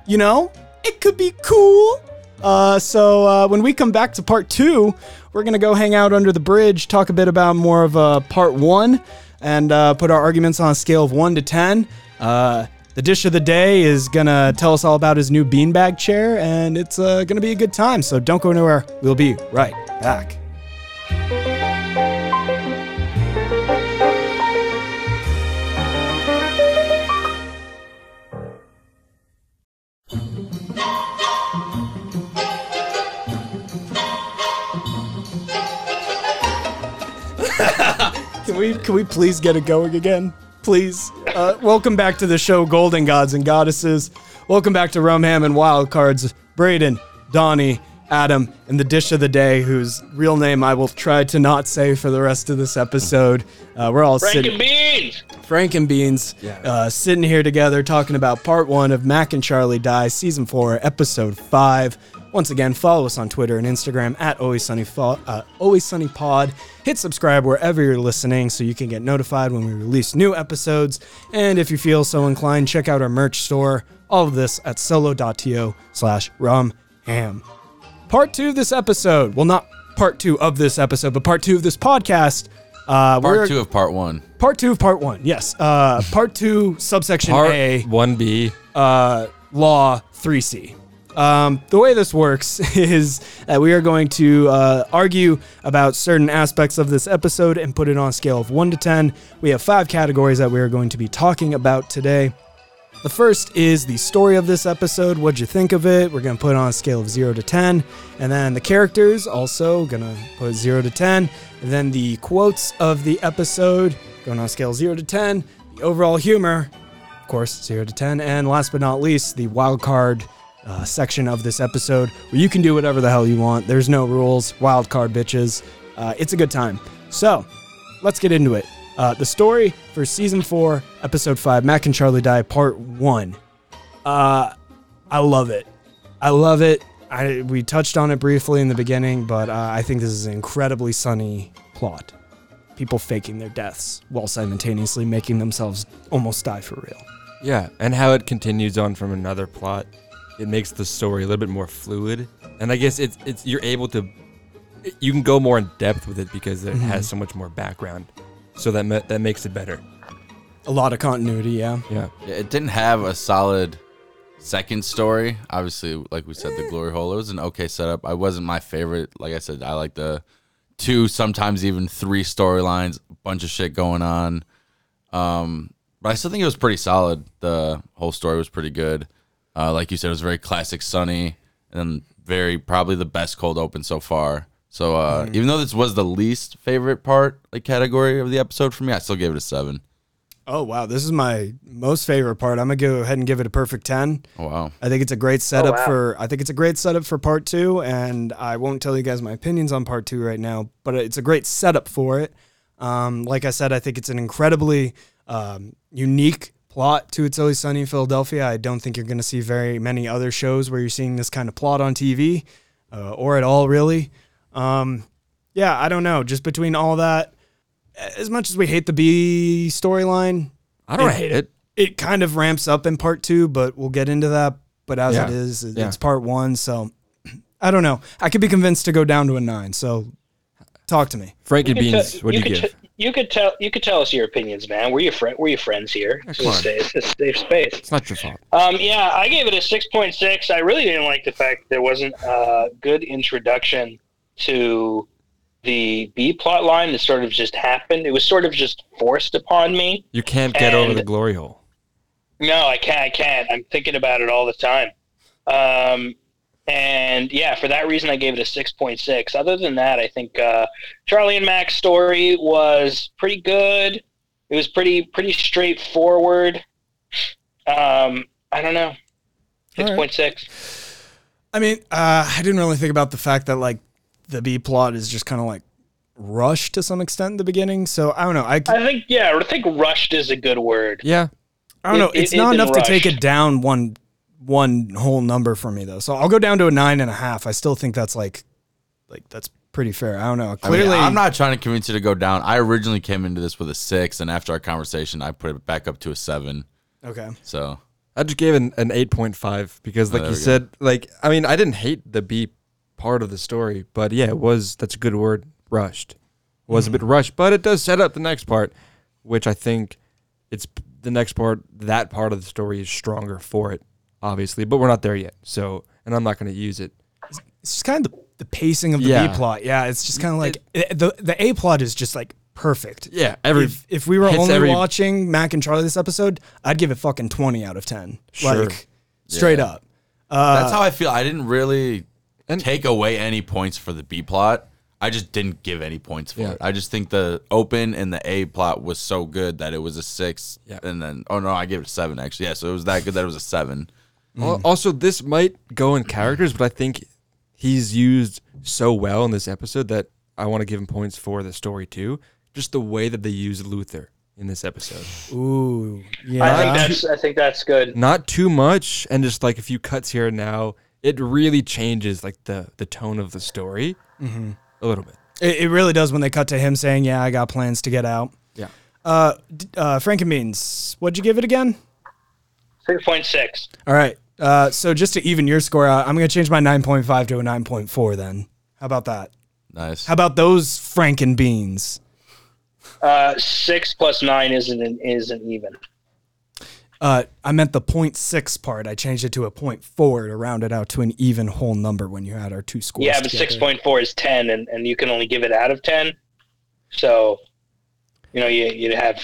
S2: you know? It could be cool. Uh, so uh, when we come back to part two, we're gonna go hang out under the bridge, talk a bit about more of uh, part one, and uh, put our arguments on a scale of one to ten. Uh, the dish of the day is gonna tell us all about his new beanbag chair, and it's uh, gonna be a good time. So don't go anywhere. We'll be right back. Can we can we please get it going again? Please. Uh, welcome back to the show, Golden Gods and Goddesses. Welcome back to Rum Ham and Wild Cards. Braden, Donnie, Adam, and the dish of the day, whose real name I will try to not say for the rest of this episode. Uh, we're all
S1: Frank
S2: sitting
S1: and Beans.
S2: Frank and Beans uh, sitting here together talking about part one of Mac and Charlie Die, season four, episode five. Once again, follow us on Twitter and Instagram at Always Sunny, Fo- uh, Always Sunny Pod. Hit subscribe wherever you're listening so you can get notified when we release new episodes. And if you feel so inclined, check out our merch store. All of this at solo.to slash rum ham part two of this episode. Well, not part two of this episode, but part two of this podcast. Uh, we're,
S3: Part two of part one.
S2: part two of part one. Yes, uh, part two, subsection
S4: Part
S2: A,
S4: 1B.
S2: uh, law three C. Um, the way this works is that we are going to uh, argue about certain aspects of this episode and put it on a scale of one to ten. We have five categories that we are going to be talking about today. The first is the story of this episode. What'd you think of it? We're gonna put it on a scale of zero to ten, and then the characters also gonna put zero to ten. And then the quotes of the episode going on a scale of zero to ten. The overall humor, of course, zero to ten. And last but not least, the wild card uh, section of this episode where you can do whatever the hell you want. There's no rules. Wild card bitches. Uh, it's a good time. So let's get into it. Uh, the story for season four, episode five, Mac and Charlie Die, part one. Uh, I love it. I love it. I, we touched on it briefly in the beginning, but uh, I think this is an incredibly sunny plot. People faking their deaths while simultaneously making themselves almost die for real.
S4: Yeah, and how it continues on from another plot, it makes the story a little bit more fluid. And I guess it's it's you're able to you can go more in depth with it because it has so much more background. So that ma- that makes it better.
S2: A lot of continuity, yeah.
S4: Yeah.
S3: Yeah, it didn't have a solid second story. Obviously, like we said, the glory hole it was an okay setup. I wasn't my favorite. Like I said, I like the two, sometimes even three storylines, a bunch of shit going on. Um, but I still think it was pretty solid. The whole story was pretty good. Uh, like you said, it was very classic Sunny and very probably the best cold open so far. So uh, even though this was the least favorite part, like category of the episode for me, I still gave it a seven.
S2: Oh, wow. This is my most favorite part. I'm going to go ahead and give it a perfect 10.
S3: Oh, wow.
S2: I think it's a great setup for I think it's a great setup for part 2 and I won't tell you guys my opinions on part 2 right now, but it's a great setup for it. Um, like I said, I think it's an incredibly um, unique plot to It's Always Sunny in Philadelphia. I don't think you're going to see very many other shows where you're seeing this kind of plot on TV uh, or at all really. Um, yeah, I don't know, just between all that as much as we hate the B storyline,
S4: I don't hate it.
S2: it kind of ramps up in part two, but we'll get into that. But as
S4: Yeah.
S2: it is, it-
S4: Yeah.
S2: it's part one. So I don't know. I could be convinced to go down to a nine. So talk to me.
S4: Frankie Beans,
S1: Te-
S4: what do you
S1: could
S4: give?
S1: te- you could tell. You could tell us your opinions, man. We're your friend. We're your friends here. It's a, sa- it's a safe space.
S4: it's not your fault.
S1: Um, yeah, I gave it a 6.6. I really didn't like the fact there wasn't a good introduction to the B plot line that sort of just happened. It was sort of just forced upon me.
S4: You can't get over
S1: And-
S4: the glory hole.
S1: No, I can't. I can't. I'm thinking about it all the time. Um, And yeah, for that reason, I gave it a 6.6. Other than that, I think uh, Charlie and Mac's story was pretty good. It was pretty pretty straightforward. Um, I don't know.
S2: All right.
S1: 6.6.
S2: I mean, uh, I didn't really think about the fact that like the B plot is just kind of like rushed to some extent in the beginning. So I don't know. I,
S1: I think, yeah, I think rushed is a good word.
S4: Yeah.
S2: I don't know.
S1: It-
S2: It's
S1: it-
S2: not
S1: it
S2: enough to take
S1: rushed.
S2: it down one one whole number for me though. So I'll go down to a nine and a half. I still think that's like like that's pretty fair. I don't know.
S3: I mean,
S2: Clearly,
S3: I'm not trying to convince you to go down. I originally came into this with a six, and after our conversation, I put it back up to a seven.
S2: okay.
S3: So
S4: I just gave an, an 8.5 because, like
S3: Oh, there
S4: you
S3: we go.
S4: said, like, I mean, I didn't hate the B part of the story, but yeah, it was, that's a good word, rushed. Was
S3: Hmm.
S4: a bit rushed, but it does set up the next part, which I think it's p- the next part, that part of the story is stronger for it, obviously, but we're not there yet. So, and I'm not going to use it.
S2: It's just kind of the, the pacing of the
S4: Yeah.
S2: B plot. Yeah, it's just kind of like it- the the A plot is just like perfect.
S4: Yeah. Every,
S2: if, if we were
S4: hits
S2: only
S4: every-
S2: watching Mac and Charlie this episode, I'd give it fucking 20 out of 10.
S4: Sure.
S2: Like, straight up. Uh,
S3: that's how I feel. I didn't really
S4: And-
S3: take away any points for the B plot. I just didn't give any points for
S4: Yeah.
S3: it. I just think the open and the A plot was so good that it was a six,
S4: Yeah.
S3: and then oh no, I gave it a seven actually. Yeah, so it was that good that it was a seven. Hmm.
S4: Al- Also, this might go in characters, but I think he's used so well in this episode that I want to give him points for the story too. Just the way that they used Luther in this episode.
S2: Ooh. Yeah.
S1: I think that's I think that's good.
S4: Not too much, and just like a few cuts here and now. It really changes like the the tone of the story
S2: Mm-hmm.
S4: a little bit.
S2: it, it really does when they cut to him saying, Yeah, I got plans to get out.
S4: Yeah.
S2: Uh, d- uh, Frankenbeans, what'd you give it again?
S1: 6.6.
S2: All right. Uh, so just to even your score out, I'm going to change my 9.5 to a 9.4 then. How about that?
S3: Nice.
S2: How about those Frankenbeans?
S1: Uh, 6 plus 9 isn't an, isn't even.
S2: Uh, I meant the 0.6 part. I changed it to a 0.4 to round it out to an even whole number when you had our two scores.
S1: Yeah, but
S2: together.
S1: 6.4 is 10, and, and you can only give it out of 10. So, you know, you, you'd have.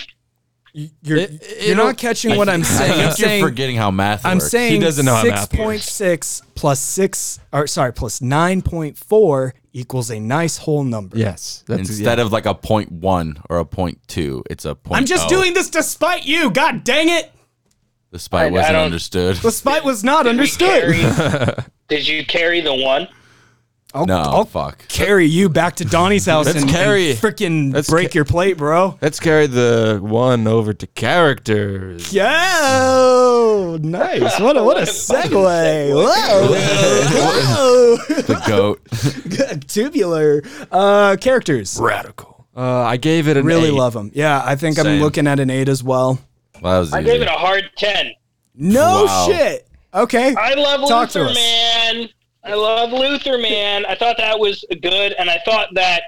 S2: You're,
S4: It-
S2: you're
S4: it'll-
S2: not catching what I'm
S3: I
S2: saying.
S3: think
S2: I'm saying
S3: you're forgetting how math.
S2: I'm
S3: works.
S2: saying
S4: He doesn't know how math works.
S2: 6.6 plus 6 or sorry, plus 9.4 equals a nice whole number.
S4: Yes, that's
S3: instead of like a point one or a point two, it's a point.
S2: I'm just
S3: oh.
S2: doing this despite you. God dang it.
S3: Despite
S1: I
S3: wasn't
S1: don't-
S3: understood.
S2: Despite was not
S1: Did we
S2: understood.
S1: carry- did you carry the one?
S2: I'll,
S3: No,
S2: I'll
S3: fuck.
S2: carry you back to Donnie's house
S4: Let's
S2: and,
S4: carry-
S2: and freaking
S4: let's
S2: break
S4: ca-
S2: your plate, bro.
S4: Let's carry the one over to characters.
S2: Yo, nice. What a, what a segue. Whoa. Whoa.
S3: the goat.
S2: Good. Tubular. Uh, characters.
S4: Radical. Uh, I gave it an
S2: Really
S4: eight.
S2: love them. Yeah, I think I'm
S3: Same.
S2: looking at an 8 as well.
S3: Well, that was
S1: I
S3: easy.
S1: gave it a hard 10.
S2: No
S3: Wow.
S2: shit. Okay.
S1: I love
S2: Talk to
S1: Luther,
S2: us.
S1: man. I love Luther, man. I thought that was good, and I thought that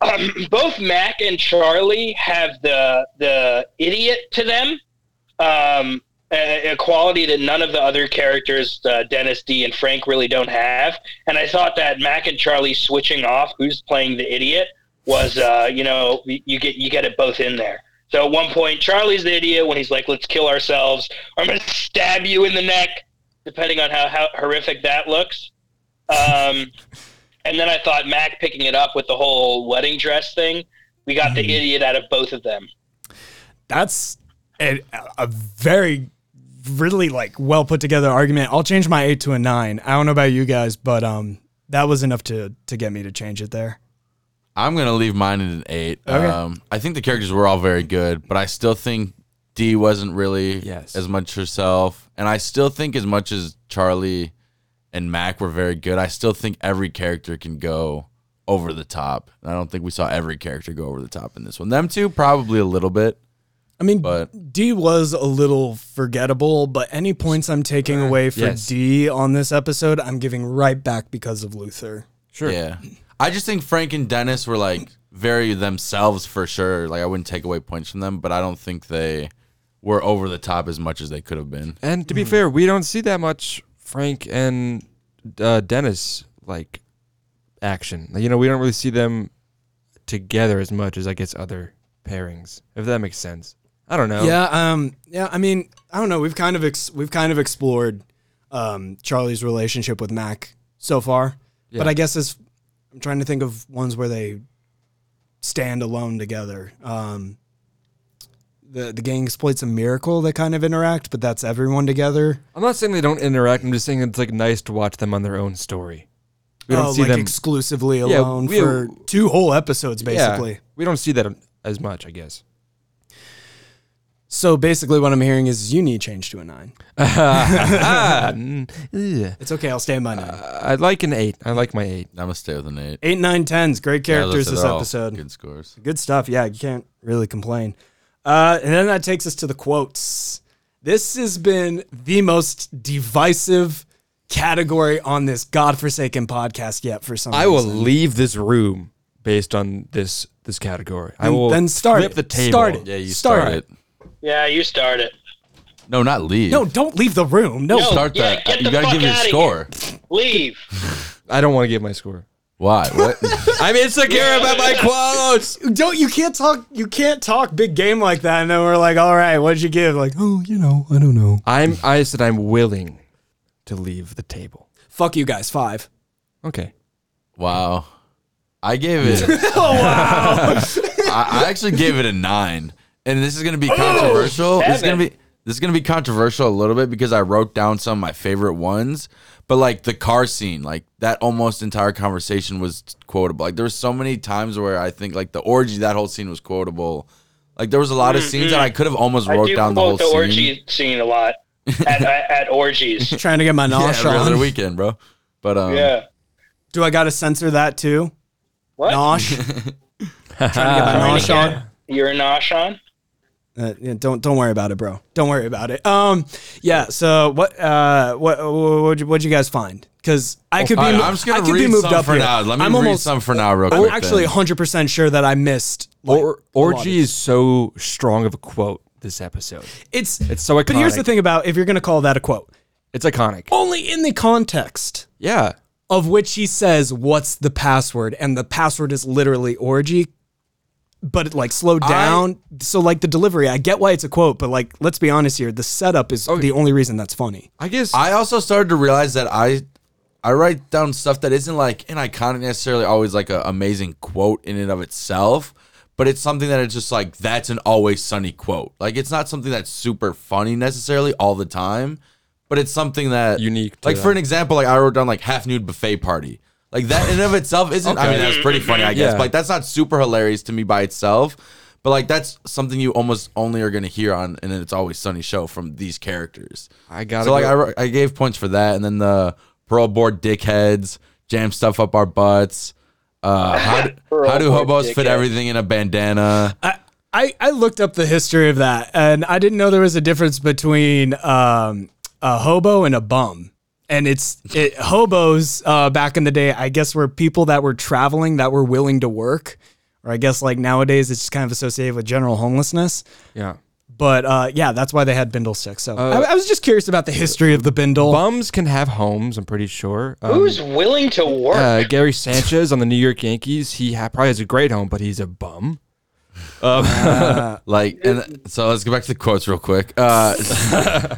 S1: um, both Mac and Charlie have the the idiot to them, um, a, a quality that none of the other characters, uh, Dennis D and Frank, really don't have. And I thought that Mac and Charlie switching off who's playing the idiot was, uh, you know, you you get you get it both in there. So at one point, Charlie's the idiot when he's like, "Let's kill ourselves. I'm gonna stab you in the neck." depending on how, how horrific that looks. Um, and then I thought Mac picking it up with the whole wedding dress thing. We got
S3: Mm-hmm.
S1: the idiot out of both of them.
S2: That's a, a very, really like well put together argument. I'll change my eight to a nine. I don't know about you guys, but um, that was enough to to get me to change it there.
S3: I'm gonna leave mine at an eight. Um, I think the characters were all very good, but I still think Dee wasn't really
S4: Yes.
S3: as much herself, and I still think as much as Charlie and Mac were very good, I still think every character can go over the top. And I don't think we saw every character go over the top in this one. Them two probably a little bit,
S2: I mean,
S3: but
S2: D was a little forgettable, but any points I'm taking away for
S4: yes.
S2: D on this episode, I'm giving right back because of Luther.
S4: Sure.
S3: yeah, I just think Frank and Dennis were like very themselves for sure. Like I wouldn't take away points from them, but I don't think they were over the top as much as they could have been.
S4: And to
S2: Mm-hmm.
S4: be fair, we don't see that much Frank and uh, Dennis like action. Like, You know, we don't really see them together as much as I guess other pairings, if that makes sense. I don't know.
S2: Yeah, um, yeah. I mean, I don't know. We've kind of ex- we've kind of explored um, Charlie's relationship with Mac so far. But I guess as I'm trying to think of ones where they stand alone together. Um, the the gang exploits a miracle. They kind of interact, but that's everyone together.
S4: I'm not saying they don't interact. I'm just saying it's like nice to watch them on their own story. We don't
S2: oh,
S4: see
S2: like
S4: them
S2: exclusively
S4: Yeah,
S2: alone
S4: we-
S2: for two whole episodes, basically.
S4: Yeah, we don't see that as much, I guess.
S2: So basically, what I'm hearing is you need change to a nine. Ah, mm, It's okay. I'll stand by nine.
S4: I like an eight. I like my eight.
S3: I'm gonna stay with an eight.
S2: Eight, nine, tens. Great
S3: Yeah, let's
S2: characters
S3: say
S2: this
S3: they're all
S2: episode.
S3: Good scores.
S2: Good stuff. Yeah, you can't really complain. Uh, and then that takes us to the quotes. This has been the most divisive category on this godforsaken podcast yet for some
S4: I will
S2: reason.
S4: leave this room based on this this category. I
S2: Then-
S4: will
S2: then start
S4: flip
S2: it.
S4: the table.
S2: Start it.
S3: Yeah, you
S2: Start
S3: start,
S2: it.
S3: it.
S1: Yeah, you start it.
S3: No, not leave.
S2: No, don't leave the room. No.
S1: No.
S3: start
S1: yeah,
S3: that.
S1: get
S3: you
S1: the
S3: gotta
S1: fuck
S3: give your
S1: outta
S3: score.
S1: Leave.
S4: I don't want to give my score.
S3: Why? What?
S4: I'm insecure about my quotes.
S2: Don't you can't talk you can't talk big game like that and then we're like, all right, what'd you give? Like, oh, you know, I don't know.
S4: I'm. I said I'm willing to leave the table.
S2: Fuck you guys, five.
S4: Okay.
S3: wow. I gave it. oh wow. I, I actually gave it a nine, and this is gonna
S1: Oh,
S3: be controversial. this is gonna be this is gonna be controversial a little bit because I wrote down some of my favorite ones, but like the car scene, like that almost entire conversation was quotable. Like there was so many times where I think like the orgy, that whole scene was quotable. Like there was a lot of scenes that I could have almost
S1: Mm-hmm. I
S3: wrote
S1: do
S3: down the whole
S1: quote the,
S3: scene.
S1: orgy scene a lot at, at, at orgies.
S2: Trying to get my
S3: yeah,
S2: nosh
S3: every other
S2: on.
S3: weekend, bro. But um,
S1: Yeah.
S2: Do I gotta censor that too?
S1: What?
S2: Nosh. Trying to get my nosh on.
S1: You're a nosh on?
S2: Uh, yeah, don't don't worry about it, bro. Don't worry about it. Um, yeah. So what uh what what what'd you guys find? Because I could be
S3: All right,
S2: mo-
S3: Oh, I'm just
S2: I
S3: gonna
S2: could
S3: read
S2: be moved
S3: some
S2: up
S3: for
S2: here.
S3: now. Let me
S2: I'm
S3: read
S2: almost
S3: some for now, real
S2: I'm
S3: quick.
S2: actually
S3: then.
S2: 100 percent sure that I missed. Like,
S4: Or, orgy is so strong of a quote this episode.
S2: it's
S4: It's so iconic.
S2: But here's the thing about if you're gonna call that a quote,
S4: It's iconic.
S2: only in the context
S4: Yeah.
S2: of which he says, "What's the password?" and the password is literally orgy. But it like slowed down. so like the delivery, I get why it's a quote, but like let's be honest here, the setup is the only reason that's funny.
S4: I guess.
S3: I also started to realize that I I write down stuff that isn't like an iconic necessarily always like an amazing quote in and of itself, but it's something that it's just like that's an always sunny quote. Like it's not something that's super funny necessarily all the time, but it's something that
S4: Unique to
S3: Like for
S4: that.
S3: an example, like I wrote down like half nude buffet party. Like that in and of itself isn't. I mean, that's pretty funny, I guess.
S4: Yeah.
S3: But like that's not super hilarious to me by itself. But like that's something you almost only are gonna hear on, and it's always sunny show from these characters.
S4: I gotta
S3: So like
S4: go-
S3: I, wrote- I gave points for that, and then the parole board dickheads jam stuff up our butts. Uh, how, do,
S1: Parole
S3: how do
S1: board
S3: hobos fit
S1: dickheads.
S3: everything in a bandana?
S2: I, I I looked up the history of that, and I didn't know there was a difference between um, a hobo and a bum. And it's it, hobos uh, back in the day, I guess, were people that were traveling that were willing to work, or I guess like nowadays it's just kind of associated with general homelessness.
S4: yeah.
S2: But uh, yeah, that's why they had bindle sticks. So
S3: Uh,
S2: I, I was just curious about the history of the bindle.
S4: Uh, Bums can have homes. I'm pretty sure. Um,
S1: Who's willing to work?
S4: uh, Gary Sanchez on the New York Yankees. He ha- probably has a great home, but he's a bum.
S3: Like, and so let's go back to the quotes real quick. Uh,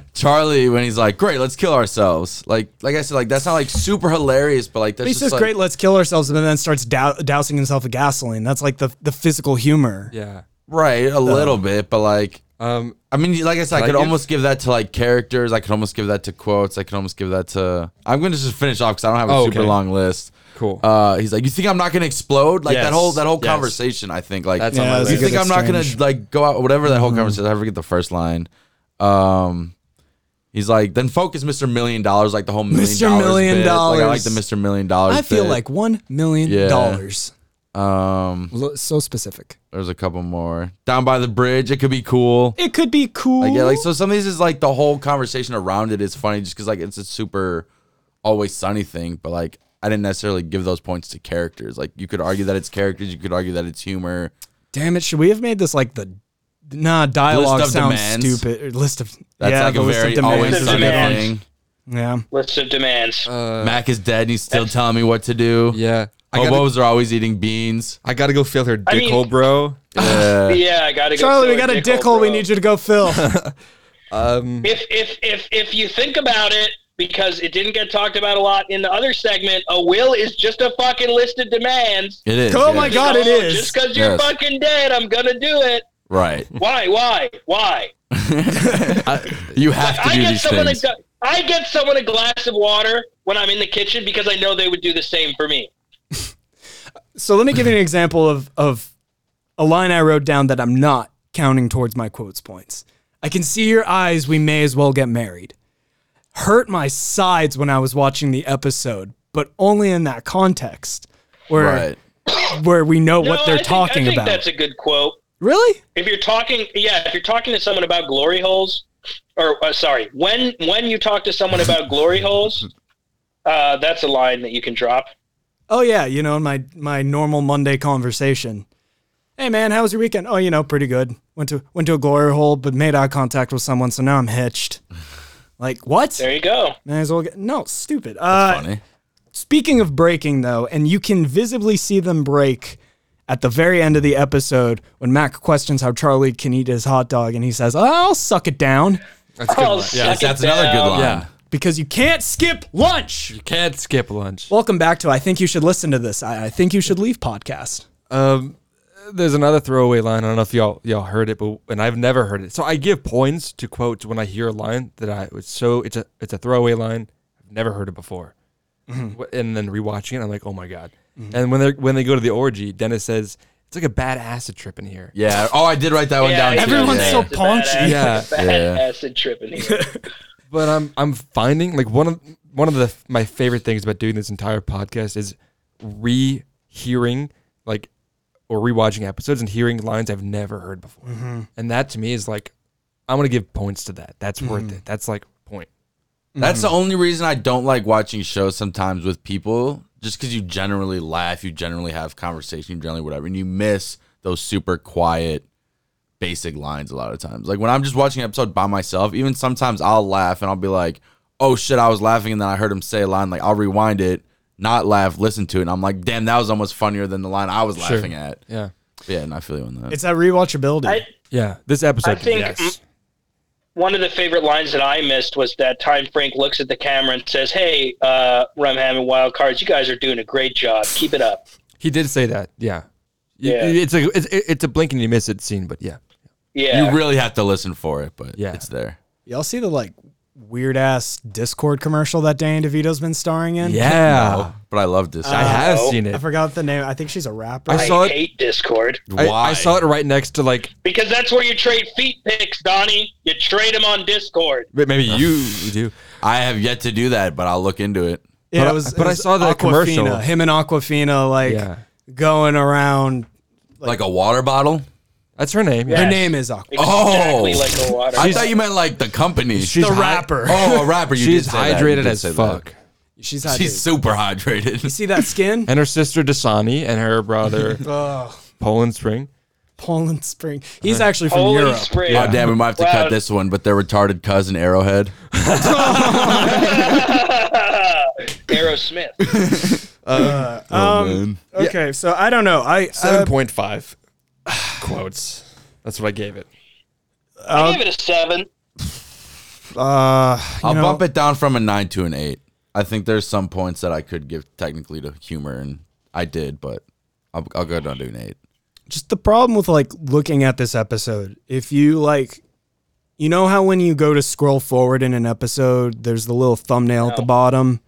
S3: Charlie, when he's like, "Great, let's kill ourselves." Like, like I said, like that's not like super hilarious, but like that's
S2: he
S3: just
S2: says,
S3: like,
S2: "Great, let's kill ourselves," and then starts dou- dousing himself with gasoline. That's like the the physical humor.
S4: Yeah.
S3: right a little bit, but like
S4: Um,
S3: I mean, like I said, I
S4: Like
S3: could
S4: if-
S3: almost give that to like characters. I could almost give that to quotes. I could almost give that to. I'm going to just finish off because I don't have a
S4: Oh,
S3: super
S4: okay.
S3: long list.
S4: Cool.
S3: Uh, he's like, you think I'm not going to explode? Like that
S4: Yes.
S3: whole that whole
S4: Yes.
S3: conversation. I think like
S4: That's
S2: Yeah,
S4: on my
S2: that's a
S3: you
S4: list.
S2: good-
S3: think I'm not going
S2: exchange.
S3: to like go out? Whatever that whole
S2: Mm-hmm.
S3: conversation. I forget the first line. Um, he's like, then focus, Mister Million Dollars. Like the whole million
S2: Mr.
S3: dollars
S2: Million
S3: bit. Like, I like
S2: Dollars.
S3: the Mister Million Dollars.
S2: I feel
S3: bit.
S2: like one million
S3: Yeah.
S2: dollars.
S3: um,
S2: Lo- so specific.
S3: there's a couple more down by the bridge. It could be cool.
S2: It could be cool.
S3: Like, yeah, like so some of these is like the whole conversation around it is funny just because like it's a super always sunny thing, but like I didn't necessarily give those points to characters. Like you could argue that it's characters, you could argue that it's humor.
S2: Damn it! Should we have made this like the nah dialogue
S3: List of
S2: sounds
S3: demands.
S2: stupid or list of
S3: That's
S2: yeah
S3: like
S2: the
S3: a
S2: list
S3: very
S2: of demands.
S3: always
S1: List of
S3: sunny
S1: demands.
S3: thing.
S2: yeah.
S1: List of demands.
S3: uh, Mac is dead and he's still telling me what to do.
S4: Uh, Yeah. I gotta,
S3: Hobos are always eating beans.
S4: I gotta go fill her dick
S1: I mean-
S4: hole, bro.
S3: Yeah.
S1: yeah, I gotta go.
S2: Charlie,
S1: fill
S2: we got a dick
S1: hole,
S2: hole. We
S1: bro.
S2: need you to go fill.
S1: If if if if you think about it, because it didn't get talked about a lot in the other segment. A will is just a fucking list of demands.
S3: It is.
S2: Oh
S3: yeah.
S2: my God, it
S1: Oh,
S2: is.
S1: Just because you're
S3: Yes.
S1: fucking dead, I'm gonna do it.
S3: Right.
S1: Why? Why? Why?
S3: I- you have to
S1: I
S3: do
S1: get
S3: these
S1: someone
S3: things.
S1: a, I get someone a glass of water when I'm in the kitchen because I know they would do the same for me.
S2: So let me give you an example of of a line I wrote down that I'm not counting towards my quotes points. I can see your eyes, we may as well get married. Hurt my sides when I was watching the episode, but only in that context where
S3: Right.
S2: where we know
S1: No,
S2: what they're
S1: I think-
S2: talking
S1: I think
S2: about.
S1: that's a good quote.
S2: really?
S1: if you're talking yeah if you're talking to someone about glory holes or uh, sorry when when you talk to someone about glory holes uh, that's a line that you can drop
S2: Oh yeah, you know, in my my normal Monday conversation. Hey man, how was your weekend? Oh, you know, pretty good. Went to went to a glory hole, but made eye contact with someone, so now I'm hitched. Like what?
S1: there you go
S2: May as well get no stupid. Uh,
S3: Funny.
S2: Speaking of breaking, though, and you can visibly see them break at the very end of the episode when Mac questions how Charlie can eat his hot dog, and he says, "I'll suck it down
S4: That's a good
S1: Oh,
S4: one.
S1: shit.
S4: Yeah.
S3: Yes,
S1: Suck it
S3: that's another good
S1: down.
S3: line.
S4: Yeah.
S2: because you can't skip lunch."
S4: You can't skip lunch.
S2: Welcome back to I think you should listen to this. I, I think you should leave podcast.
S4: Um, there's another throwaway line. I don't know if y'all y'all heard it, but and I've never heard it. So I give points to quotes when I hear a line that I was so it's a it's a throwaway line. I've never heard it before, Wh- and then rewatching it, I'm like, oh my god. And when they when they go to the orgy, Dennis says it's like a bad acid trip in here.
S3: Yeah. Oh, I did write that one down. too.
S2: everyone's
S3: yeah.
S2: so
S1: It's a
S2: paunchy.
S1: bad
S4: Yeah.
S1: acid- bad
S3: Yeah.
S1: acid trip in here.
S4: But I'm I'm finding like one of one of the my favorite things about doing this entire podcast is re-hearing like or rewatching episodes and hearing lines I've never heard before. And that to me is like I'm gonna give points to that. That's worth it. That's like point.
S3: That's the only reason I don't like watching shows sometimes with people, just because you generally laugh, you generally have conversation, you generally whatever, and you miss those super quiet, basic lines a lot of times. Like when I'm just watching an episode by myself, even sometimes I'll laugh and I'll be like, oh shit, I was laughing and then I heard him say a line, like I'll rewind it, not laugh, listen to it, and I'm like, damn, that was almost funnier than the line I was laughing at.
S4: Yeah.
S3: Yeah, and I feel you on that.
S2: It's that rewatchability.
S1: I-
S4: Yeah. This episode.
S1: I think-
S4: yes.
S1: one of the favorite lines that i missed was that time frank looks at the camera and says hey uh, rumham and wild cards you guys are doing a great job keep it up
S4: He did say that. Yeah. Y-
S1: Yeah.
S4: It's a it's, it's a blink and you miss it scene, but yeah.
S1: yeah
S3: You really have to listen for it, but
S4: Yeah.
S3: it's there.
S2: Y'all see the like weird ass Discord commercial that Danny DeVito's been starring in?
S4: Yeah.
S3: But I love this.
S4: I have seen
S2: I
S4: it.
S2: forgot the name. I think she's a rapper.
S4: I
S1: I
S4: saw it.
S1: hate discord
S4: I,
S3: Why?
S4: I saw it right next to like
S1: because that's where you trade feet picks donnie you trade them on discord
S4: maybe you do.
S3: I have yet to do that, but I'll look into it.
S2: Yeah,
S4: But
S2: it
S4: I-
S2: was,
S4: but
S2: it
S4: I
S2: was
S4: saw the
S2: Aquafina,
S4: commercial.
S2: Him and Aquafina like
S4: Yeah.
S2: going around.
S3: Like, a water bottle?
S4: That's her name.
S1: Yeah.
S2: Her
S1: Yes.
S2: name is Aquafina.
S1: exactly
S3: Oh.
S1: like a water
S3: I thought you meant like the company.
S4: She's
S2: the
S4: hy-
S2: rapper.
S3: oh, a rapper. You
S4: She's
S3: did say that. You
S4: hydrated
S3: did
S4: as
S3: say that.
S4: fuck.
S2: She's hot.
S3: She's super hydrated.
S2: you see that skin?
S4: And her sister Dasani and her brother
S2: oh,
S4: Poland Spring.
S2: Poland Spring. He's actually from
S1: Holy
S2: Europe.
S1: spring.
S3: Oh damn, we might have to
S1: Wow.
S3: cut this one. But their retarded cousin Arrowhead.
S1: Ah, Aerosmith.
S3: Um,
S2: Okay, so I don't know. I
S4: Seven point five quotes. That's what I gave it.
S1: I give it a seven.
S3: I'll
S2: know-
S3: bump it down from a nine to an eight. I think there's some points that I could give technically to humor, and I did, but I'll, I'll go down to an eight.
S2: just the problem with like looking at this episode if you like you know how when you go to scroll forward in an episode there's the little thumbnail at the bottom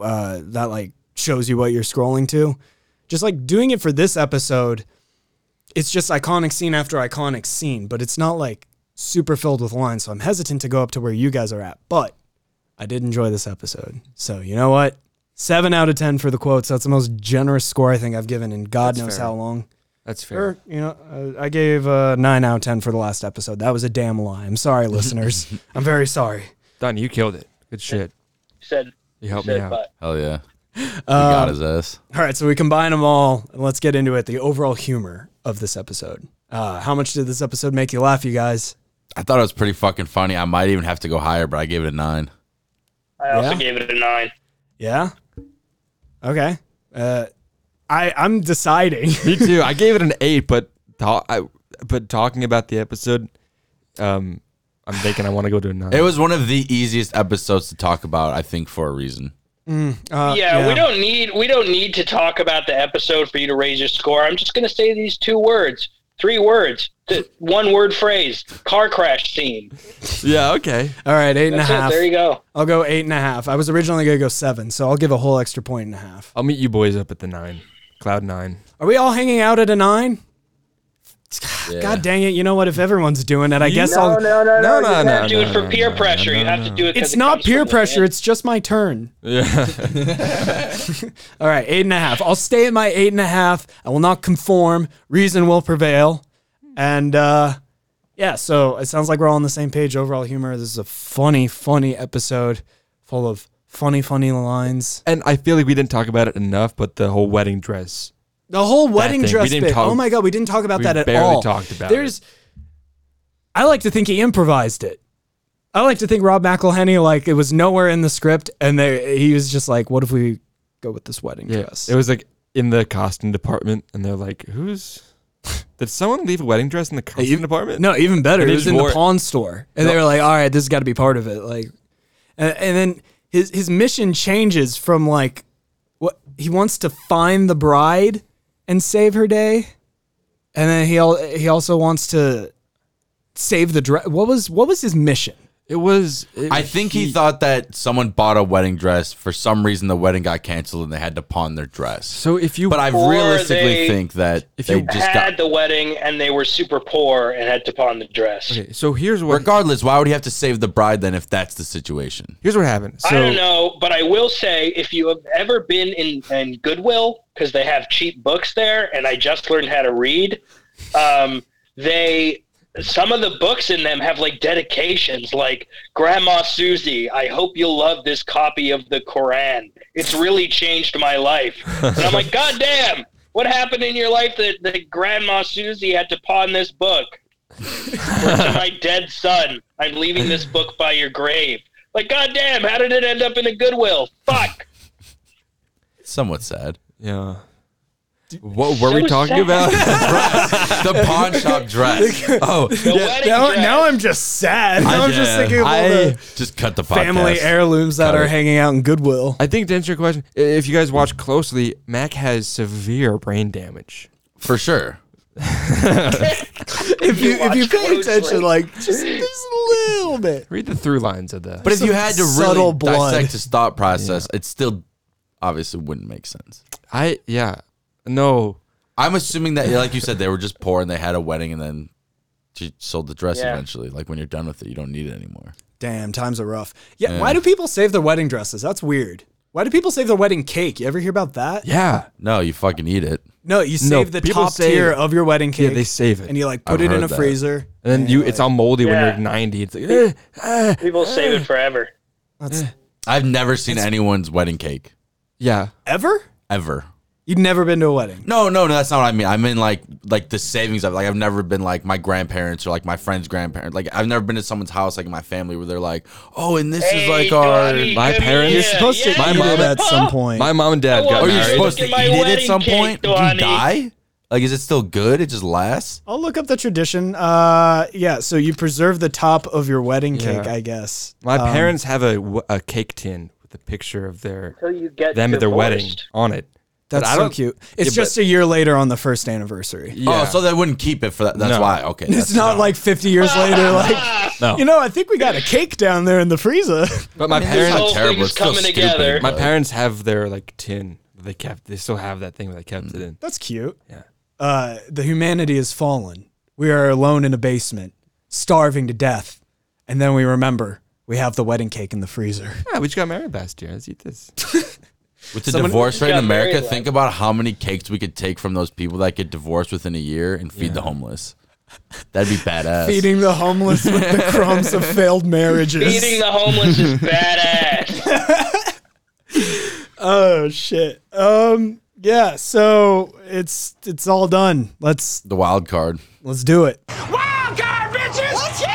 S2: uh, that like shows you what you're scrolling to just like doing it for this episode it's just iconic scene after iconic scene but it's not like super filled with lines so i'm hesitant to go up to where you guys are at but i did enjoy this episode so you know what seven out of ten for the quotes that's the most generous score i think i've given in god knows how long
S4: That's fair.
S2: or, you know, uh, I gave a nine out of ten for the last episode. That was a damn lie. I'm sorry, listeners. I'm very sorry.
S4: Don, you killed it. Good shit.
S1: Said
S4: You helped me
S1: said
S4: out.
S1: but.
S3: Hell yeah, he
S4: Uh,
S3: got his ass.
S2: All right, so we combine them all, and let's get into it. The overall humor of this episode. Uh, how much did this episode make you laugh, you guys?
S3: I thought it was pretty fucking funny. I might even have to go higher, but I gave it a nine.
S1: I also
S2: Yeah?
S1: gave it a nine.
S2: Yeah. Okay. Uh, I I'm deciding.
S4: Me too. I gave it an eight, but ta- I, but talking about the episode, um, I'm thinking I want to go to a nine.
S3: It was one of the easiest episodes to talk about, I think, for a reason.
S2: Uh,
S1: yeah, we don't need we don't need to talk about the episode for you to raise your score. I'm just going to say these two words, three words, th- one word phrase: car crash scene.
S4: yeah, okay.
S2: All right, eight and a
S1: That's it.
S2: half.
S1: There you go.
S2: I'll go eight and a half. I was originally gonna go seven, so I'll give a whole extra point and a half.
S4: I'll meet you boys up at the nine. Cloud nine.
S2: Are we all hanging out at a nine?
S3: Yeah.
S2: God dang it! You know what? If everyone's doing it, I guess I'll.
S1: Oh, no, no,
S4: no,
S1: You
S4: no,
S1: have
S4: no,
S1: to do
S4: no,
S1: it for
S4: no,
S1: peer
S4: no,
S1: pressure. you
S4: no,
S1: have to
S4: no.
S1: do it. 'cause
S2: It's
S1: it
S2: not
S1: comes from
S2: peer
S1: the
S2: pressure.
S1: head.
S2: It's just my turn.
S4: Yeah.
S2: All right, eight and a half. I'll stay at my eight and a half. I will not conform. Reason will prevail. And uh, yeah, so it sounds like we're all on the same page. Overall humor. This is a funny, funny episode full of funny, funny lines.
S4: and I feel like we didn't talk about it enough, but the whole wedding dress.
S2: The whole wedding
S4: thing, we
S2: dress
S4: didn't
S2: bit.
S4: talk-
S2: oh my god, we didn't talk about
S4: we
S2: that at
S4: barely
S2: all.
S4: talked about
S2: There's. I like to think he improvised it. I like to think Rob McElhenney like it was nowhere in the script, and they, he was just like, "What if we go with this wedding dress?"
S4: It was like in the costume department, and they're like, "Who's? Did someone leave a wedding dress in the costume department?
S2: No, even better.
S4: And
S2: It
S4: he
S2: was
S4: just
S2: in
S4: wore
S2: the
S4: it.
S2: pawn store, and they were like, "All right, this has got to be part of it." Like, and, and then his his mission changes from like what he wants to find the bride and save her day, and then he al- he also wants to save the dress. What was what was his mission?
S4: It was. it-
S3: I think he, thought that someone bought a wedding dress. For some reason, the wedding got canceled and they had to pawn their dress.
S4: so. If you,
S3: but I
S1: Or
S3: realistically
S1: they-
S3: think that
S4: If
S3: if they
S4: you
S3: just
S1: had
S3: got.
S1: the wedding and they were super poor and had to pawn the dress.
S4: okay, so here's what
S3: Regardless, why would he have to save the bride then if that's the situation?
S4: here's what happened. So
S1: I don't know, but I will say if you have ever been in, in Goodwill, because they have cheap books there, and I just learned how to read, um, they some of the books in them have like dedications like grandma susie i hope you'll love this copy of the quran it's really changed my life and i'm like god damn what happened in your life that, that grandma susie had to pawn this book or to my dead son i'm leaving this book by your grave like god damn how did it end up in a goodwill fuck
S3: Somewhat sad.
S4: yeah. What were we
S1: so sad.
S4: talking about?
S3: The pawn shop dress. Oh,
S1: the wedding
S2: Now,
S1: dress.
S2: now I'm just sad. Now
S3: I-
S2: I'm just
S3: yeah.
S2: thinking of all
S4: I-
S2: the
S3: just cut the podcast.
S2: family heirlooms that
S3: Got
S2: are
S3: it.
S2: hanging out in Goodwill.
S4: I think to answer your question, i- if you guys watch closely, Mac has severe brain damage.
S3: For sure.
S2: If you if
S1: watch
S2: you pay
S1: closely.
S2: attention, like just, just a little bit.
S4: Read the through lines of the.
S3: But if you had to really
S2: subtle blood.
S3: dissect his thought process, it still obviously wouldn't make sense.
S4: I yeah, no.
S3: I'm assuming that, like you said, they were just poor and they had a wedding and then she sold the dress
S1: Yeah.
S3: eventually. Like when you're done with it, you don't need it anymore.
S2: Damn, times are rough. Yeah, why do people save their wedding dresses? That's weird. Why do people save their wedding cake? You ever hear about that?
S4: Yeah,
S3: No, you fucking eat it.
S2: No, you save the
S4: people
S2: top
S4: save
S2: tier
S4: it.
S2: of your wedding cake.
S4: Yeah, they save it.
S2: and you like put
S3: I've
S2: it in
S3: heard
S2: a
S3: that.
S2: freezer.
S4: and then you, it's all moldy when
S1: Yeah.
S4: you're 90. It's like, eh, eh.
S1: people save it forever
S2: That's
S3: I've never seen anyone's wedding cake
S4: yeah.
S2: ever.
S3: ever.
S2: You'd never been to a wedding.
S3: No, no, no, that's not what I mean. I mean like like the savings of like I've never been like my grandparents or like my friend's grandparents. Like I've never been to someone's house like in my family where they're like, "Oh, and this is like our
S1: Donnie,
S4: my
S1: come
S4: parents- You're
S1: here.
S2: supposed to
S1: Yeah,
S2: eat it
S1: mama.
S2: at some point.
S4: My mom and
S1: I
S4: dad got
S1: want-
S3: Are you
S1: Alright.
S4: married.
S3: supposed to
S1: Look
S3: eat
S1: at my
S3: it at
S1: wedding
S3: some
S1: cake,
S3: point? Do you
S1: Donnie.
S3: die? Like is it still good? It just lasts?
S2: I'll look up the tradition. Uh, yeah, so you preserve the top of your wedding cake,
S4: Yeah.
S2: I guess.
S4: My
S2: Um,
S4: parents have a, w- a cake tin with a picture of their
S1: Till you get
S4: them at their wedding
S1: divorced.
S4: on it.
S2: That's
S4: I
S2: so
S4: don't-
S2: cute. It's
S4: Yeah,
S2: just a year later on the first anniversary.
S4: Yeah.
S3: Oh, so they wouldn't keep it for that. That's
S4: No.
S3: why. Okay.
S2: It's
S3: that's-
S2: not like 50 years later. Like,
S4: No.
S2: you know, I think we got a cake down there in the freezer.
S4: but my
S3: I mean, it's
S1: whole
S3: not
S4: parents,
S3: terrible.
S1: thing's
S3: It's still
S1: coming
S3: stupid,
S1: together.
S4: my
S3: but-
S4: parents have their like tin. that They kept. They still have that thing where they kept it in.
S2: That's cute.
S4: Yeah.
S2: Uh, the humanity has fallen. We are alone in a basement, starving to death, and then we remember we have the wedding cake in the freezer.
S4: Yeah, we just got married last year. Let's eat this.
S3: With the divorce rate in
S1: got married
S3: America,
S1: like-
S3: think about how many cakes we could take from those people that get divorced within a year and feed the homeless. That'd be badass.
S2: Feeding the homeless with the crumbs of failed marriages.
S1: Eating the homeless is badass.
S2: oh shit. Um. Yeah. So it's it's all done. Let's
S3: the wild card.
S2: let's do it.
S7: Wild card, bitches!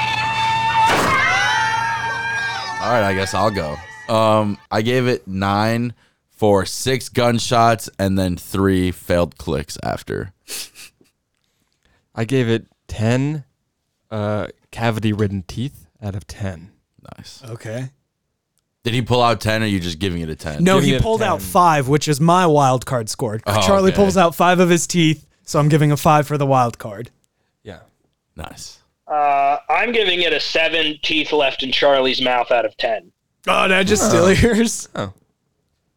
S3: All right, I guess I'll go. Um, I gave it nine for six gunshots and then three failed clicks after.
S4: I gave it ten uh, cavity ridden teeth out of 10.
S3: Nice.
S2: Okay.
S3: Did he pull out ten? or Are you just giving it a ten?
S2: No,
S4: Give me
S2: he
S4: a
S2: pulled out
S4: 10.
S2: five, which is my wild card score.
S3: Oh,
S2: Charlie
S3: okay.
S2: pulls out five of his teeth, so I'm giving a five for the wild card.
S4: Yeah.
S3: Nice.
S1: Uh, I'm giving it a seven teeth left in Charlie's mouth out of ten.
S2: Oh, did I just steal yours?
S1: No,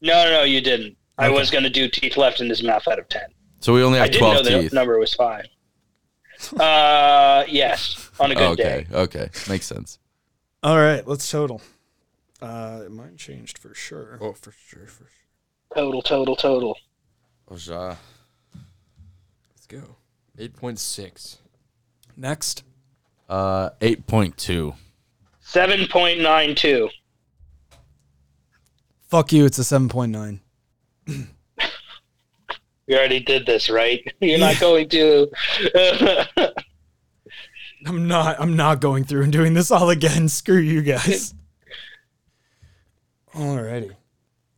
S1: no, no, you didn't. I was going to do teeth left in his mouth out of ten.
S3: So we only
S1: I
S3: have
S1: didn't know
S3: twelve
S1: the
S3: teeth.
S1: number was five. Uh, yes, on a good
S3: okay.
S1: day.
S3: Okay. Makes sense.
S2: All right, let's total. Uh, mine changed for sure.
S4: Oh, for sure. For sure.
S1: Total, total, total.
S4: Let's go. 8.6.
S2: Next.
S3: Uh, eight point two.
S1: Seven point nine two.
S2: Fuck you, it's a 7.9.
S1: We already did this, right? You're not going to.
S2: I'm not I'm not going through and doing this all again. Screw you guys. Alrighty.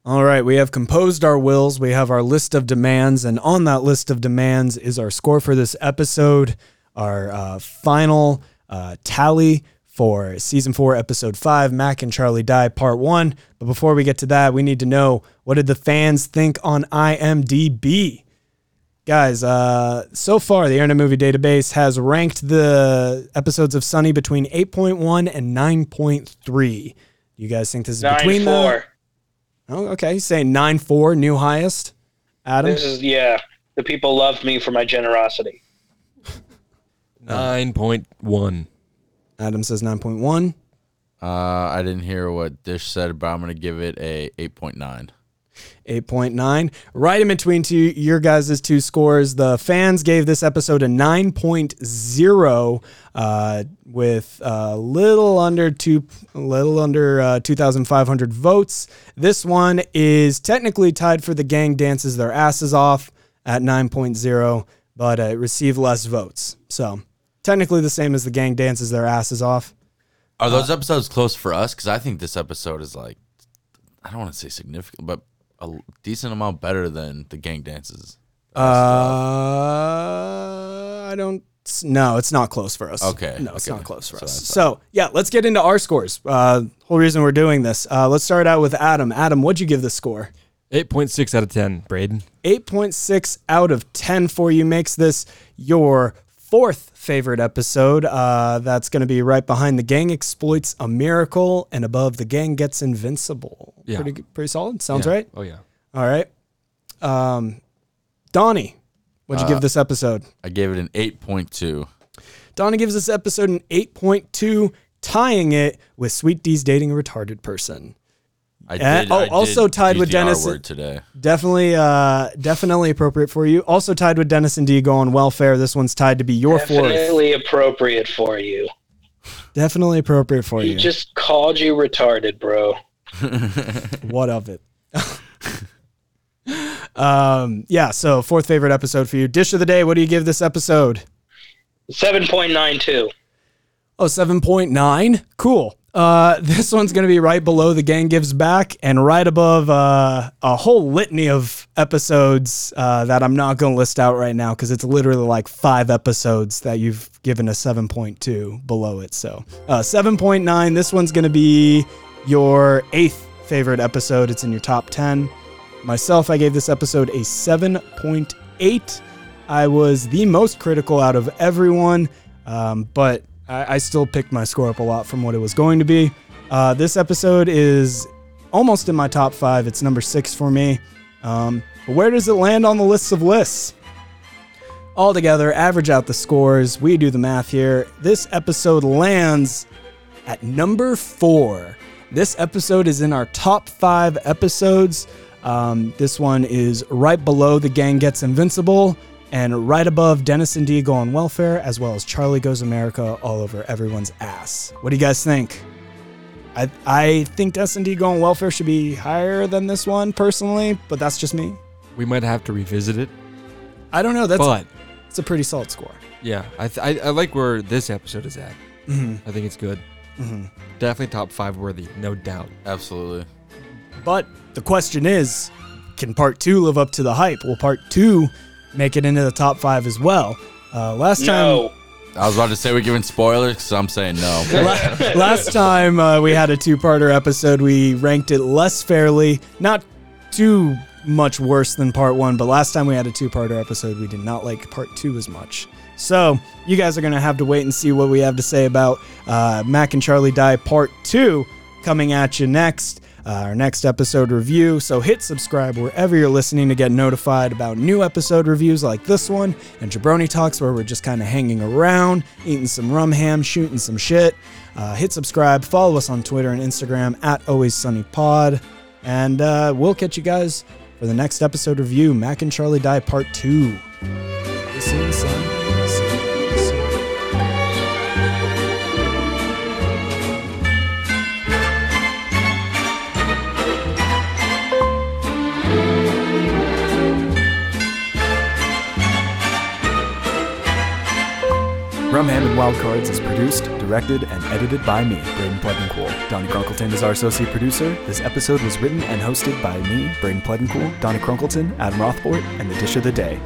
S2: All right, we have composed our wills, we have our list of demands, and on that list of demands is our score for this episode, our uh, final uh, tally for season four, episode five, Mac and Charlie Die, part one. But before we get to that, we need to know what did the fans think on IMDb? Guys, uh, so far the Internet Movie Database has ranked the episodes of Sunny between 8.1 and 9.3. You guys think this is
S1: Nine
S2: between the
S1: four.
S2: Oh, okay, he's saying 9.4 new highest. Adam,
S1: This is yeah. The people love me for my generosity.
S4: 9.1.
S2: Adam says 9.1.
S3: Uh, I didn't hear what Dish said, but I'm gonna give it a eight point nine.
S2: 8.9. Right in between two your guys' two scores, the fans gave this episode a 9.0 uh, with a little under two, a little under uh, 2,500 votes. This one is technically tied for the gang dances their asses off at 9.0, but uh, it received less votes. So technically the same as the gang dances their asses off.
S3: Are those episodes close for us? Because I think this episode is like, I don't want to say significant, but a l- decent amount better than the gang dances.
S2: Uh, I don't. s- No, it's not close for us.
S3: Okay,
S2: No, it's
S3: okay.
S2: not close for
S3: So
S2: us.
S3: that's
S2: So yeah, let's get into our scores. Uh, whole reason we're doing this. Uh, let's start out with Adam. Adam, what'd you give this score?
S4: 8.6 out of 10, Braden.
S2: 8.6 out of 10 for you makes this your fourth favorite episode. Uh, that's going to be right behind The Gang Exploits a Miracle and above The Gang Gets Invincible.
S4: Yeah.
S2: Pretty, good- pretty solid. Sounds
S4: Yeah.
S2: right.
S4: Oh, yeah.
S2: All right. Um, Donnie,
S3: Uh,
S2: what'd you give this episode?
S3: I gave it an eight point two.
S2: Donna gives this episode an 8.2, tying it with Sweet D's dating a retarded person.
S3: I
S2: Eh, oh, also tied
S3: use
S2: with
S3: the R
S2: Dennis-
S3: word today.
S2: Definitely, uh, definitely appropriate for you. Also tied with Dennis and Diego on welfare. This one's tied to be your fourth.
S1: Definitely appropriate for you.
S2: Definitely appropriate for
S1: He
S2: you.
S1: just called you retarded, bro.
S2: what of it? um, yeah. So fourth favorite episode for you. Dish of the day. What do you give this episode?
S1: Seven point nine two.
S2: Oh, 7.9. Cool. Uh, this one's going to be right below The Gang Gives Back and right above uh, a whole litany of episodes uh, that I'm not going to list out right now because it's literally like five episodes that you've given a 7.2 below it. So uh, 7.9. This one's going to be your eighth favorite episode. It's in your top 10. Myself, I gave this episode a 7.8. I was the most critical out of everyone, um, but I, I still picked my score up a lot from what it was going to be. Uh, this episode is almost in my top five. It's number six for me. Um, but where does it land on the lists of lists? All together, average out the scores. We do the math here. This episode lands at number four. This episode is in our top five episodes. Um, this one is right below The Gang Gets Invincible and right above Dennis and Diego on Welfare, as well as Charlie Goes America all over everyone's ass. What do you guys think? I, I think Dennis and Diego on Welfare should be higher than this one personally, but that's just me.
S4: We might have to revisit it,
S2: I don't know. That's
S4: but
S2: it's a pretty solid score.
S4: yeah, I, th- I I like where this episode is at. I think it's good. Definitely top five worthy, no doubt.
S3: Absolutely.
S2: But the question is, can part two live up to the hype? Will part two make it into the top five as well? Uh, last time,
S1: No,
S3: I was about to say we're giving spoilers because I'm saying no.
S2: La- Last time uh, we had a two-parter episode, we ranked it less fairly, not too much worse than part one. But last time we had a two-parter episode, we did not like part two as much. So you guys are gonna have to wait and see what we have to say about uh, Mac and Charlie Die Part Two coming at you next. Uh, our next episode review. So hit subscribe wherever you're listening to get notified about new episode reviews like this one and Jabroni Talks, where we're just kind of hanging around, eating some rum ham, shooting some shit. Uh, hit subscribe, follow us on Twitter and Instagram at Always Sunny Pod, and uh, we'll catch you guys for the next episode review. Mac and Charlie Die Part Two. Listen, son. Listen, listen.
S10: Rum Ham and Wild Cards is produced, directed, and edited by me, Braden Pledencool. Donnie Crunkleton is our associate producer. This episode was written and hosted by me, Braden Pledencool, Donnie Crunkleton, Adam Rothbort, and the Dish of the Day.